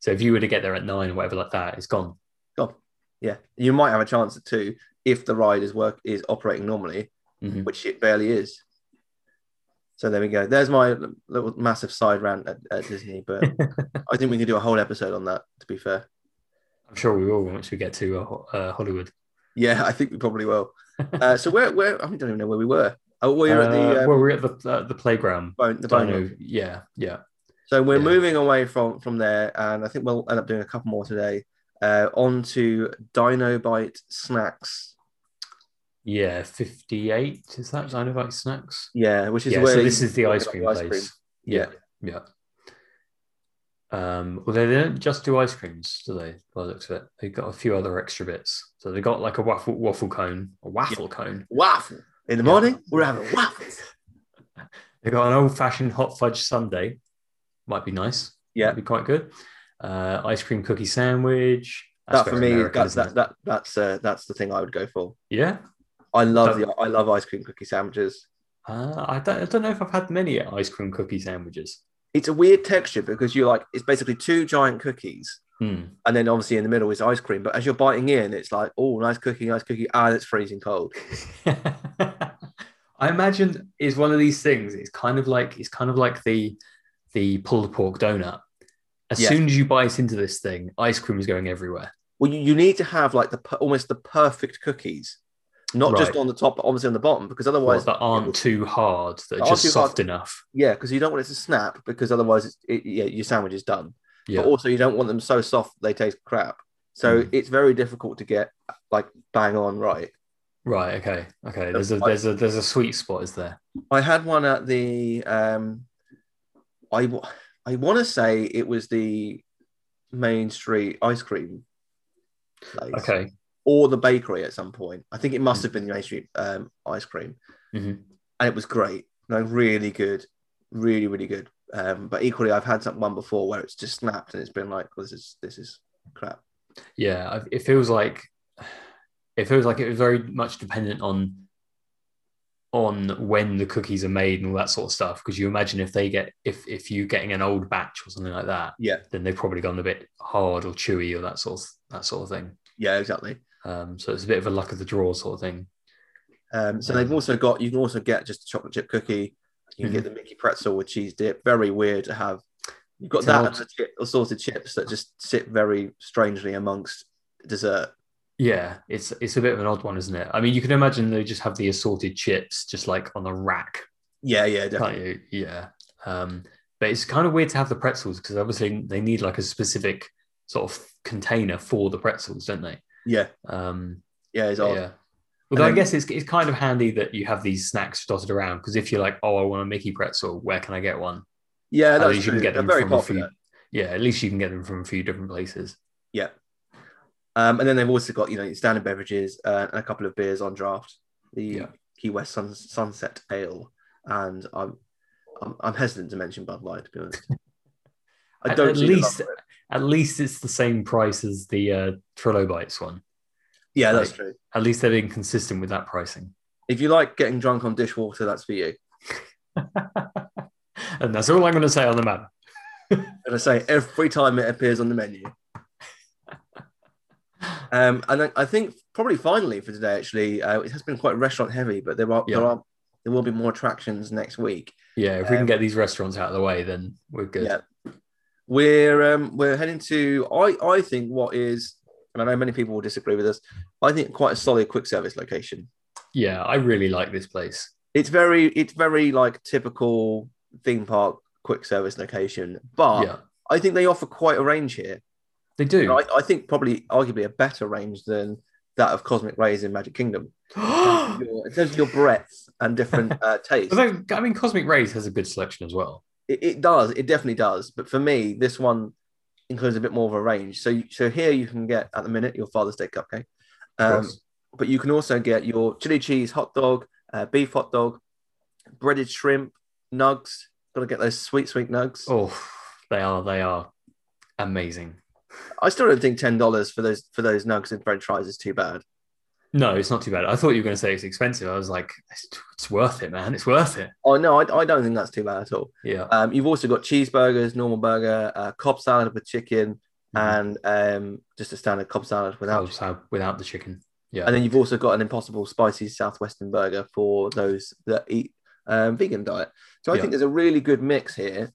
Speaker 2: so if you were to get there at nine or whatever like that, it's gone.
Speaker 1: God, yeah. You might have a chance at two if the ride is work is operating normally,
Speaker 2: Mhm.
Speaker 1: which it barely is. So there we go. There's my little massive side rant at, at Disney,
Speaker 2: [laughs]
Speaker 1: but I think we can do a whole episode on that. To be fair,
Speaker 2: I'm sure we will once we get to uh, Ho- uh, Hollywood.
Speaker 1: yeah, I think we probably will. Uh, so where, where I don't even know where we were. Oh, we were at
Speaker 2: Uh,
Speaker 1: the, um,
Speaker 2: well, we're at the uh, the playground.
Speaker 1: bone, the
Speaker 2: Dino-
Speaker 1: bone room.
Speaker 2: Yeah, yeah.
Speaker 1: So we're
Speaker 2: Yeah.
Speaker 1: moving away from from there, and I think we'll end up doing a couple more today. Uh, on to Dino Bite snacks.
Speaker 2: Yeah, 58. Is that Dino Bite Snacks?
Speaker 1: Yeah, which is
Speaker 2: yeah,
Speaker 1: where
Speaker 2: so this
Speaker 1: you-
Speaker 2: is the ice cream
Speaker 1: ice
Speaker 2: place.
Speaker 1: cream.
Speaker 2: Yeah, yeah. Um, although they don't just do ice creams, do they? By the looks of it, they've got a few other extra bits. So they got like a waffle waffle cone, a waffle cone.
Speaker 1: waffle in the
Speaker 2: Yeah.
Speaker 1: morning. We're having waffles.
Speaker 2: They got an old fashioned hot fudge sundae. Might be nice.
Speaker 1: Yeah.
Speaker 2: Might be quite good. Uh, ice cream cookie sandwich.
Speaker 1: that
Speaker 2: very
Speaker 1: for me,
Speaker 2: American,
Speaker 1: that's
Speaker 2: isn't
Speaker 1: that,
Speaker 2: it?
Speaker 1: that that's uh, that's the thing I would go for.
Speaker 2: Yeah.
Speaker 1: I love
Speaker 2: That-
Speaker 1: the I love ice cream cookie sandwiches.
Speaker 2: Uh, I don't. I don't know if I've had many ice cream cookie sandwiches.
Speaker 1: It's a weird texture because you like it's basically two giant cookies,
Speaker 2: Hmm.
Speaker 1: and then obviously in the middle is ice cream. But as you're biting in, it's like oh nice cookie, nice cookie, and it's freezing cold.
Speaker 2: [laughs] I imagine is one of these things. It's kind of like it's kind of like the the pulled pork donut. As
Speaker 1: Yeah.
Speaker 2: soon as you bite into this thing, ice cream is going everywhere.
Speaker 1: Well, you, you need to have like the per- almost the perfect cookies, not just
Speaker 2: Right.
Speaker 1: on the top, but obviously on the bottom, because
Speaker 2: Ones
Speaker 1: otherwise,
Speaker 2: that aren't too hard, that
Speaker 1: That
Speaker 2: are
Speaker 1: aren't
Speaker 2: just
Speaker 1: too hard.
Speaker 2: soft enough.
Speaker 1: yeah, because you don't want it to snap, because otherwise, it's, it, yeah, your sandwich is done.
Speaker 2: Yeah,
Speaker 1: But also, you don't want them so soft they taste crap. So
Speaker 2: Mm.
Speaker 1: it's very difficult to get like bang on right.
Speaker 2: right. Okay, okay. There's a
Speaker 1: I-
Speaker 2: there's a there's a sweet spot, is there?
Speaker 1: I had one at the um, I wa- I want to say it was the Main Street ice cream. Place.
Speaker 2: Okay.
Speaker 1: Or the bakery at some point. I think it must have been
Speaker 2: Mm-hmm.
Speaker 1: the Main Street um, ice cream.
Speaker 2: hmm
Speaker 1: and it was great. No, really good, really really good. Um, but equally, I've had some one before where it's just snapped and it's been like, well, this is this is crap.
Speaker 2: Yeah, I- it feels like it feels like it was very much dependent on on when the cookies are made and all that sort of stuff. Because you imagine if they get if if you're getting an old batch or something like that,
Speaker 1: Yeah.
Speaker 2: then they've probably gone a bit hard or chewy or that sort of that sort of thing.
Speaker 1: Yeah, exactly.
Speaker 2: Um, so it's a bit of a luck of the draw sort of thing.
Speaker 1: Um, so they've
Speaker 2: Um,
Speaker 1: also got you can also get just a chocolate chip cookie. You can get the Mickey pretzel with cheese dip. Very weird to have. You've got
Speaker 2: It's
Speaker 1: that
Speaker 2: an
Speaker 1: and the chip, assorted chips that just sit very strangely amongst dessert.
Speaker 2: Yeah, it's it's a bit of an odd one, isn't it? I mean, you can imagine they just have the assorted chips just like on a rack
Speaker 1: Yeah, yeah, definitely.
Speaker 2: can't you? Yeah. Um, but it's kind of weird to have the pretzels because obviously they need like a specific sort of container for the pretzels, don't they?
Speaker 1: Yeah,
Speaker 2: Um,
Speaker 1: yeah, it's odd.
Speaker 2: yeah. Although
Speaker 1: then-
Speaker 2: I guess it's, it's kind of handy that you have these snacks dotted around because if you're like, oh, I want a Mickey pretzel, where can I get one?
Speaker 1: Yeah,
Speaker 2: At
Speaker 1: that's
Speaker 2: least Oh, you
Speaker 1: true.
Speaker 2: can get
Speaker 1: They're
Speaker 2: them
Speaker 1: very
Speaker 2: from
Speaker 1: popular.
Speaker 2: a few. Yeah, at least you can get them from a few different places.
Speaker 1: Yeah. Um, and then they've also got, you know, standard beverages uh, and a couple of beers on draft. The
Speaker 2: Yeah.
Speaker 1: Key West Sun- Sunset Ale, and I'm, I'm I'm hesitant to mention Bud Light to be honest. I
Speaker 2: At-
Speaker 1: don't
Speaker 2: at
Speaker 1: see the love
Speaker 2: least-
Speaker 1: of it.
Speaker 2: At least it's the same price as the uh, Trillo Bites one.
Speaker 1: Yeah, that's
Speaker 2: like-
Speaker 1: true.
Speaker 2: At least they're being consistent with that pricing.
Speaker 1: If you like getting drunk on dishwater, that's for you.
Speaker 2: And that's all I'm going to say on the matter.
Speaker 1: And I say every time it appears on the menu. Um, and I, I think probably finally for today, actually, uh, it has been quite restaurant heavy, but there are there
Speaker 2: Yeah.
Speaker 1: are there will be more attractions next week.
Speaker 2: Yeah, if we
Speaker 1: Um,
Speaker 2: can get these restaurants out of the way, then we're good.
Speaker 1: Yeah. We're um, we're heading to I I think what is and I know many people will disagree with us. I think quite a solid quick service location.
Speaker 2: Yeah, I really like this place.
Speaker 1: It's very it's very like typical theme park quick service location, but
Speaker 2: yeah,
Speaker 1: I think they offer quite a range here.
Speaker 2: they do.
Speaker 1: And Uh, I, I think probably arguably a better range than that of Cosmic Rays in Magic Kingdom.
Speaker 2: [gasps]
Speaker 1: Your- in terms of your breadth and different
Speaker 2: [laughs]
Speaker 1: uh, tastes,
Speaker 2: Although, I mean, Cosmic Rays has a good selection as well.
Speaker 1: it, it does it definitely does. But for me, this one includes a bit more of a range. So you- so here you can get at the minute your Father's Day cupcake.
Speaker 2: of
Speaker 1: Um,
Speaker 2: course.
Speaker 1: but you can also get your chili cheese hot dog, uh, beef hot dog, breaded shrimp, nugs. Got to get those sweet, sweet nugs.
Speaker 2: oh, they are they are amazing.
Speaker 1: I still don't think ten dollars for those for those nugs and French fries is too bad.
Speaker 2: No, it's not too bad. I thought you were going to say it's expensive. I was like, it's, it's worth it, man. It's worth it.
Speaker 1: Oh no, I, I don't think that's too bad at all.
Speaker 2: Yeah.
Speaker 1: Um, you've also got cheeseburgers, normal burger, uh, cob salad with chicken,
Speaker 2: Mm-hmm.
Speaker 1: and um, just a standard cob salad without.
Speaker 2: Without, without the chicken. Yeah.
Speaker 1: And then you've also got an impossible spicy southwestern burger for those that eat um, vegan diet. So I
Speaker 2: Yeah.
Speaker 1: think there's a really good mix here.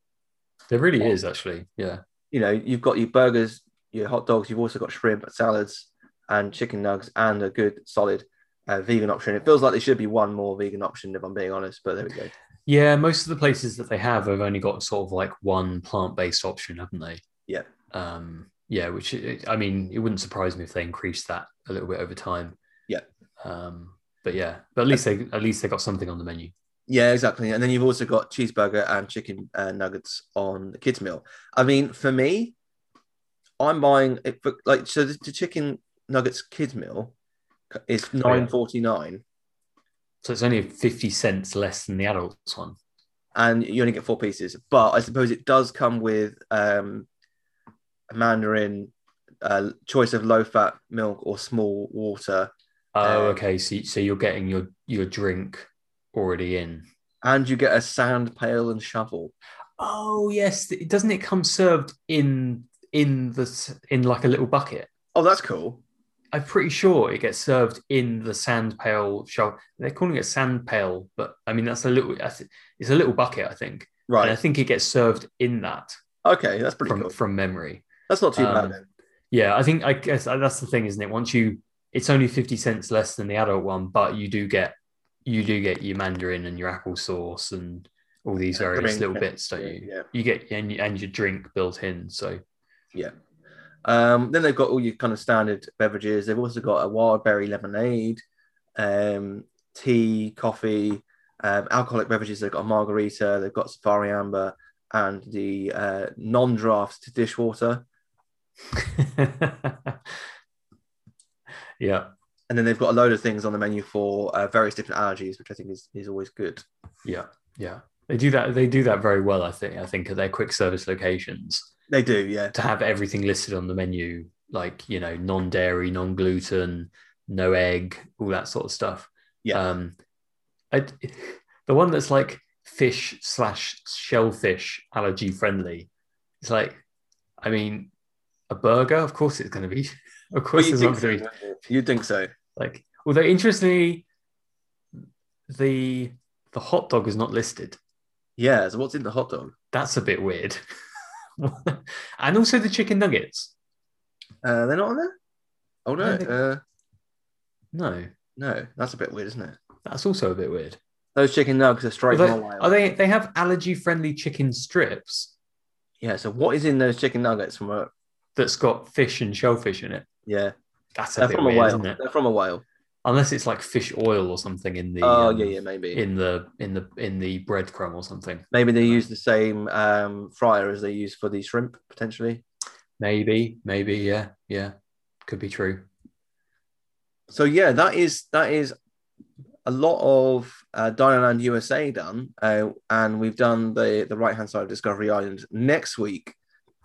Speaker 2: there really is, actually. Yeah.
Speaker 1: you know, you've got your burgers, your hot dogs, you've also got shrimp, salads, and chicken nugs, and a good solid uh, vegan option. It feels like there should be one more vegan option, if I'm being honest, but there we go.
Speaker 2: Yeah. Most of the places that they have have only got sort of like one plant based option, haven't they?
Speaker 1: Yeah.
Speaker 2: Um, yeah. Which, I mean, it wouldn't surprise me if they increased that a little bit over time.
Speaker 1: Yeah.
Speaker 2: Um, but yeah, but at least they at least they got something on the menu.
Speaker 1: Yeah, exactly. And then you've also got cheeseburger and chicken uh, nuggets on the kids' meal. I mean, for me, I'm buying it for like so the, the chicken nuggets kids meal is
Speaker 2: Oh, yeah.
Speaker 1: nine forty nine,
Speaker 2: So it's only fifty cents less than the adults one.
Speaker 1: and you only get four pieces. But I suppose it does come with um, a mandarin uh, choice of low fat milk or small water,
Speaker 2: Oh,
Speaker 1: Uh,
Speaker 2: okay. So, so you're getting your your drink already in.
Speaker 1: and you get a sand pail and shovel.
Speaker 2: Oh yes, It- doesn't it come served in in the s- in like a little bucket?
Speaker 1: Oh, that's cool.
Speaker 2: I'm pretty sure it gets served in the sand pail shovel. They're calling it sand pail, but I mean that's a little that's, it's a little bucket, I think. And I
Speaker 1: Right.
Speaker 2: think it gets served in that
Speaker 1: Okay, that's pretty
Speaker 2: from
Speaker 1: cool.
Speaker 2: from memory.
Speaker 1: That's not too
Speaker 2: um,
Speaker 1: bad then.
Speaker 2: Yeah, I think I guess uh, that's the thing, isn't it? Once you, it's only fifty cents less than the adult one, but you do get you do get your mandarin and your applesauce and all these
Speaker 1: And a
Speaker 2: various
Speaker 1: drink,
Speaker 2: little
Speaker 1: yeah,
Speaker 2: bits, don't
Speaker 1: yeah,
Speaker 2: you?
Speaker 1: yeah.
Speaker 2: You get and and your drink built in. So [laughs]
Speaker 1: Um, then they've got all your kind of standard beverages. They've also got a wild berry lemonade, um, tea, coffee, um, alcoholic beverages. They've got a margarita, they've got safari amber, and the uh, non drafts to dishwater.
Speaker 2: yeah,
Speaker 1: And then they've got a load of things on the menu for uh, various different allergies, which I think is, is always good.
Speaker 2: yeah, yeah. They do that. They do that very well. I think. I think at their quick service locations
Speaker 1: They do, yeah.
Speaker 2: to have everything listed on the menu, like you know, non dairy, non gluten, no egg, all that sort of stuff.
Speaker 1: Yeah.
Speaker 2: Um, I, the one that's like fish slash shellfish allergy friendly. It's like, I mean, a burger. Of course, it's going to be. [laughs] Of course,
Speaker 1: you
Speaker 2: it's
Speaker 1: think
Speaker 2: not going to be
Speaker 1: so, you'd think so.
Speaker 2: like. Although interestingly, the the hot dog is not listed.
Speaker 1: Yeah. So what's in the hot dog?
Speaker 2: That's a bit weird. [laughs] and also the chicken nuggets.
Speaker 1: Uh, they're not on there? Oh, no.
Speaker 2: don't think-
Speaker 1: Uh,
Speaker 2: No,
Speaker 1: no. That's a bit weird, isn't it?
Speaker 2: that's also a bit weird.
Speaker 1: Those chicken nugs are straight
Speaker 2: Although-
Speaker 1: from Hawaii.
Speaker 2: are they? They have allergy-friendly chicken strips
Speaker 1: Yeah. So what is in those chicken nuggets from a
Speaker 2: that's got fish and shellfish in it.
Speaker 1: yeah?
Speaker 2: That's a
Speaker 1: They're
Speaker 2: bit
Speaker 1: from
Speaker 2: weird,
Speaker 1: a whale.
Speaker 2: isn't it?
Speaker 1: They're from a whale.
Speaker 2: Unless it's like fish oil or something in the
Speaker 1: oh
Speaker 2: um,
Speaker 1: yeah, yeah, maybe.
Speaker 2: in the in the in the breadcrumb or something.
Speaker 1: maybe they use the same um, fryer as they use for the shrimp potentially.
Speaker 2: Maybe, maybe, yeah, yeah, could be true.
Speaker 1: So yeah, that is that is a lot of uh, Dinerland USA done, uh, and we've done the the right hand side of Discovery Island. Next week,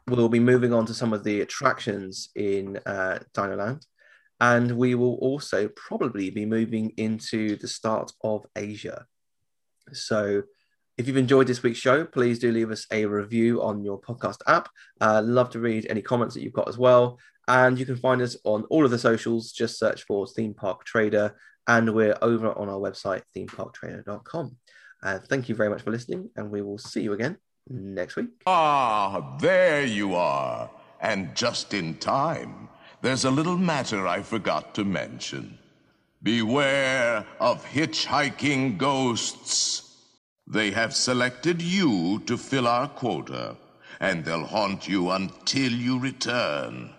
Speaker 1: we'll be moving on to some of the attractions in uh, Dinerland, and we will also probably be moving into the start of Asia. So. If you've enjoyed this week's show, please do leave us a review on your podcast app. Uh, love to read any comments that you've got as well. And you can find us on all of the socials. Just search for Theme Park Trader. And we're over on our website, themeparktrader.com. Uh, thank you very much for listening. And we will see you again next week.
Speaker 5: Ah, there you are. And just in time. There's a little matter I forgot to mention. Beware of hitchhiking ghosts. They have selected you to fill our quota, and they'll haunt you [laughs] until you return.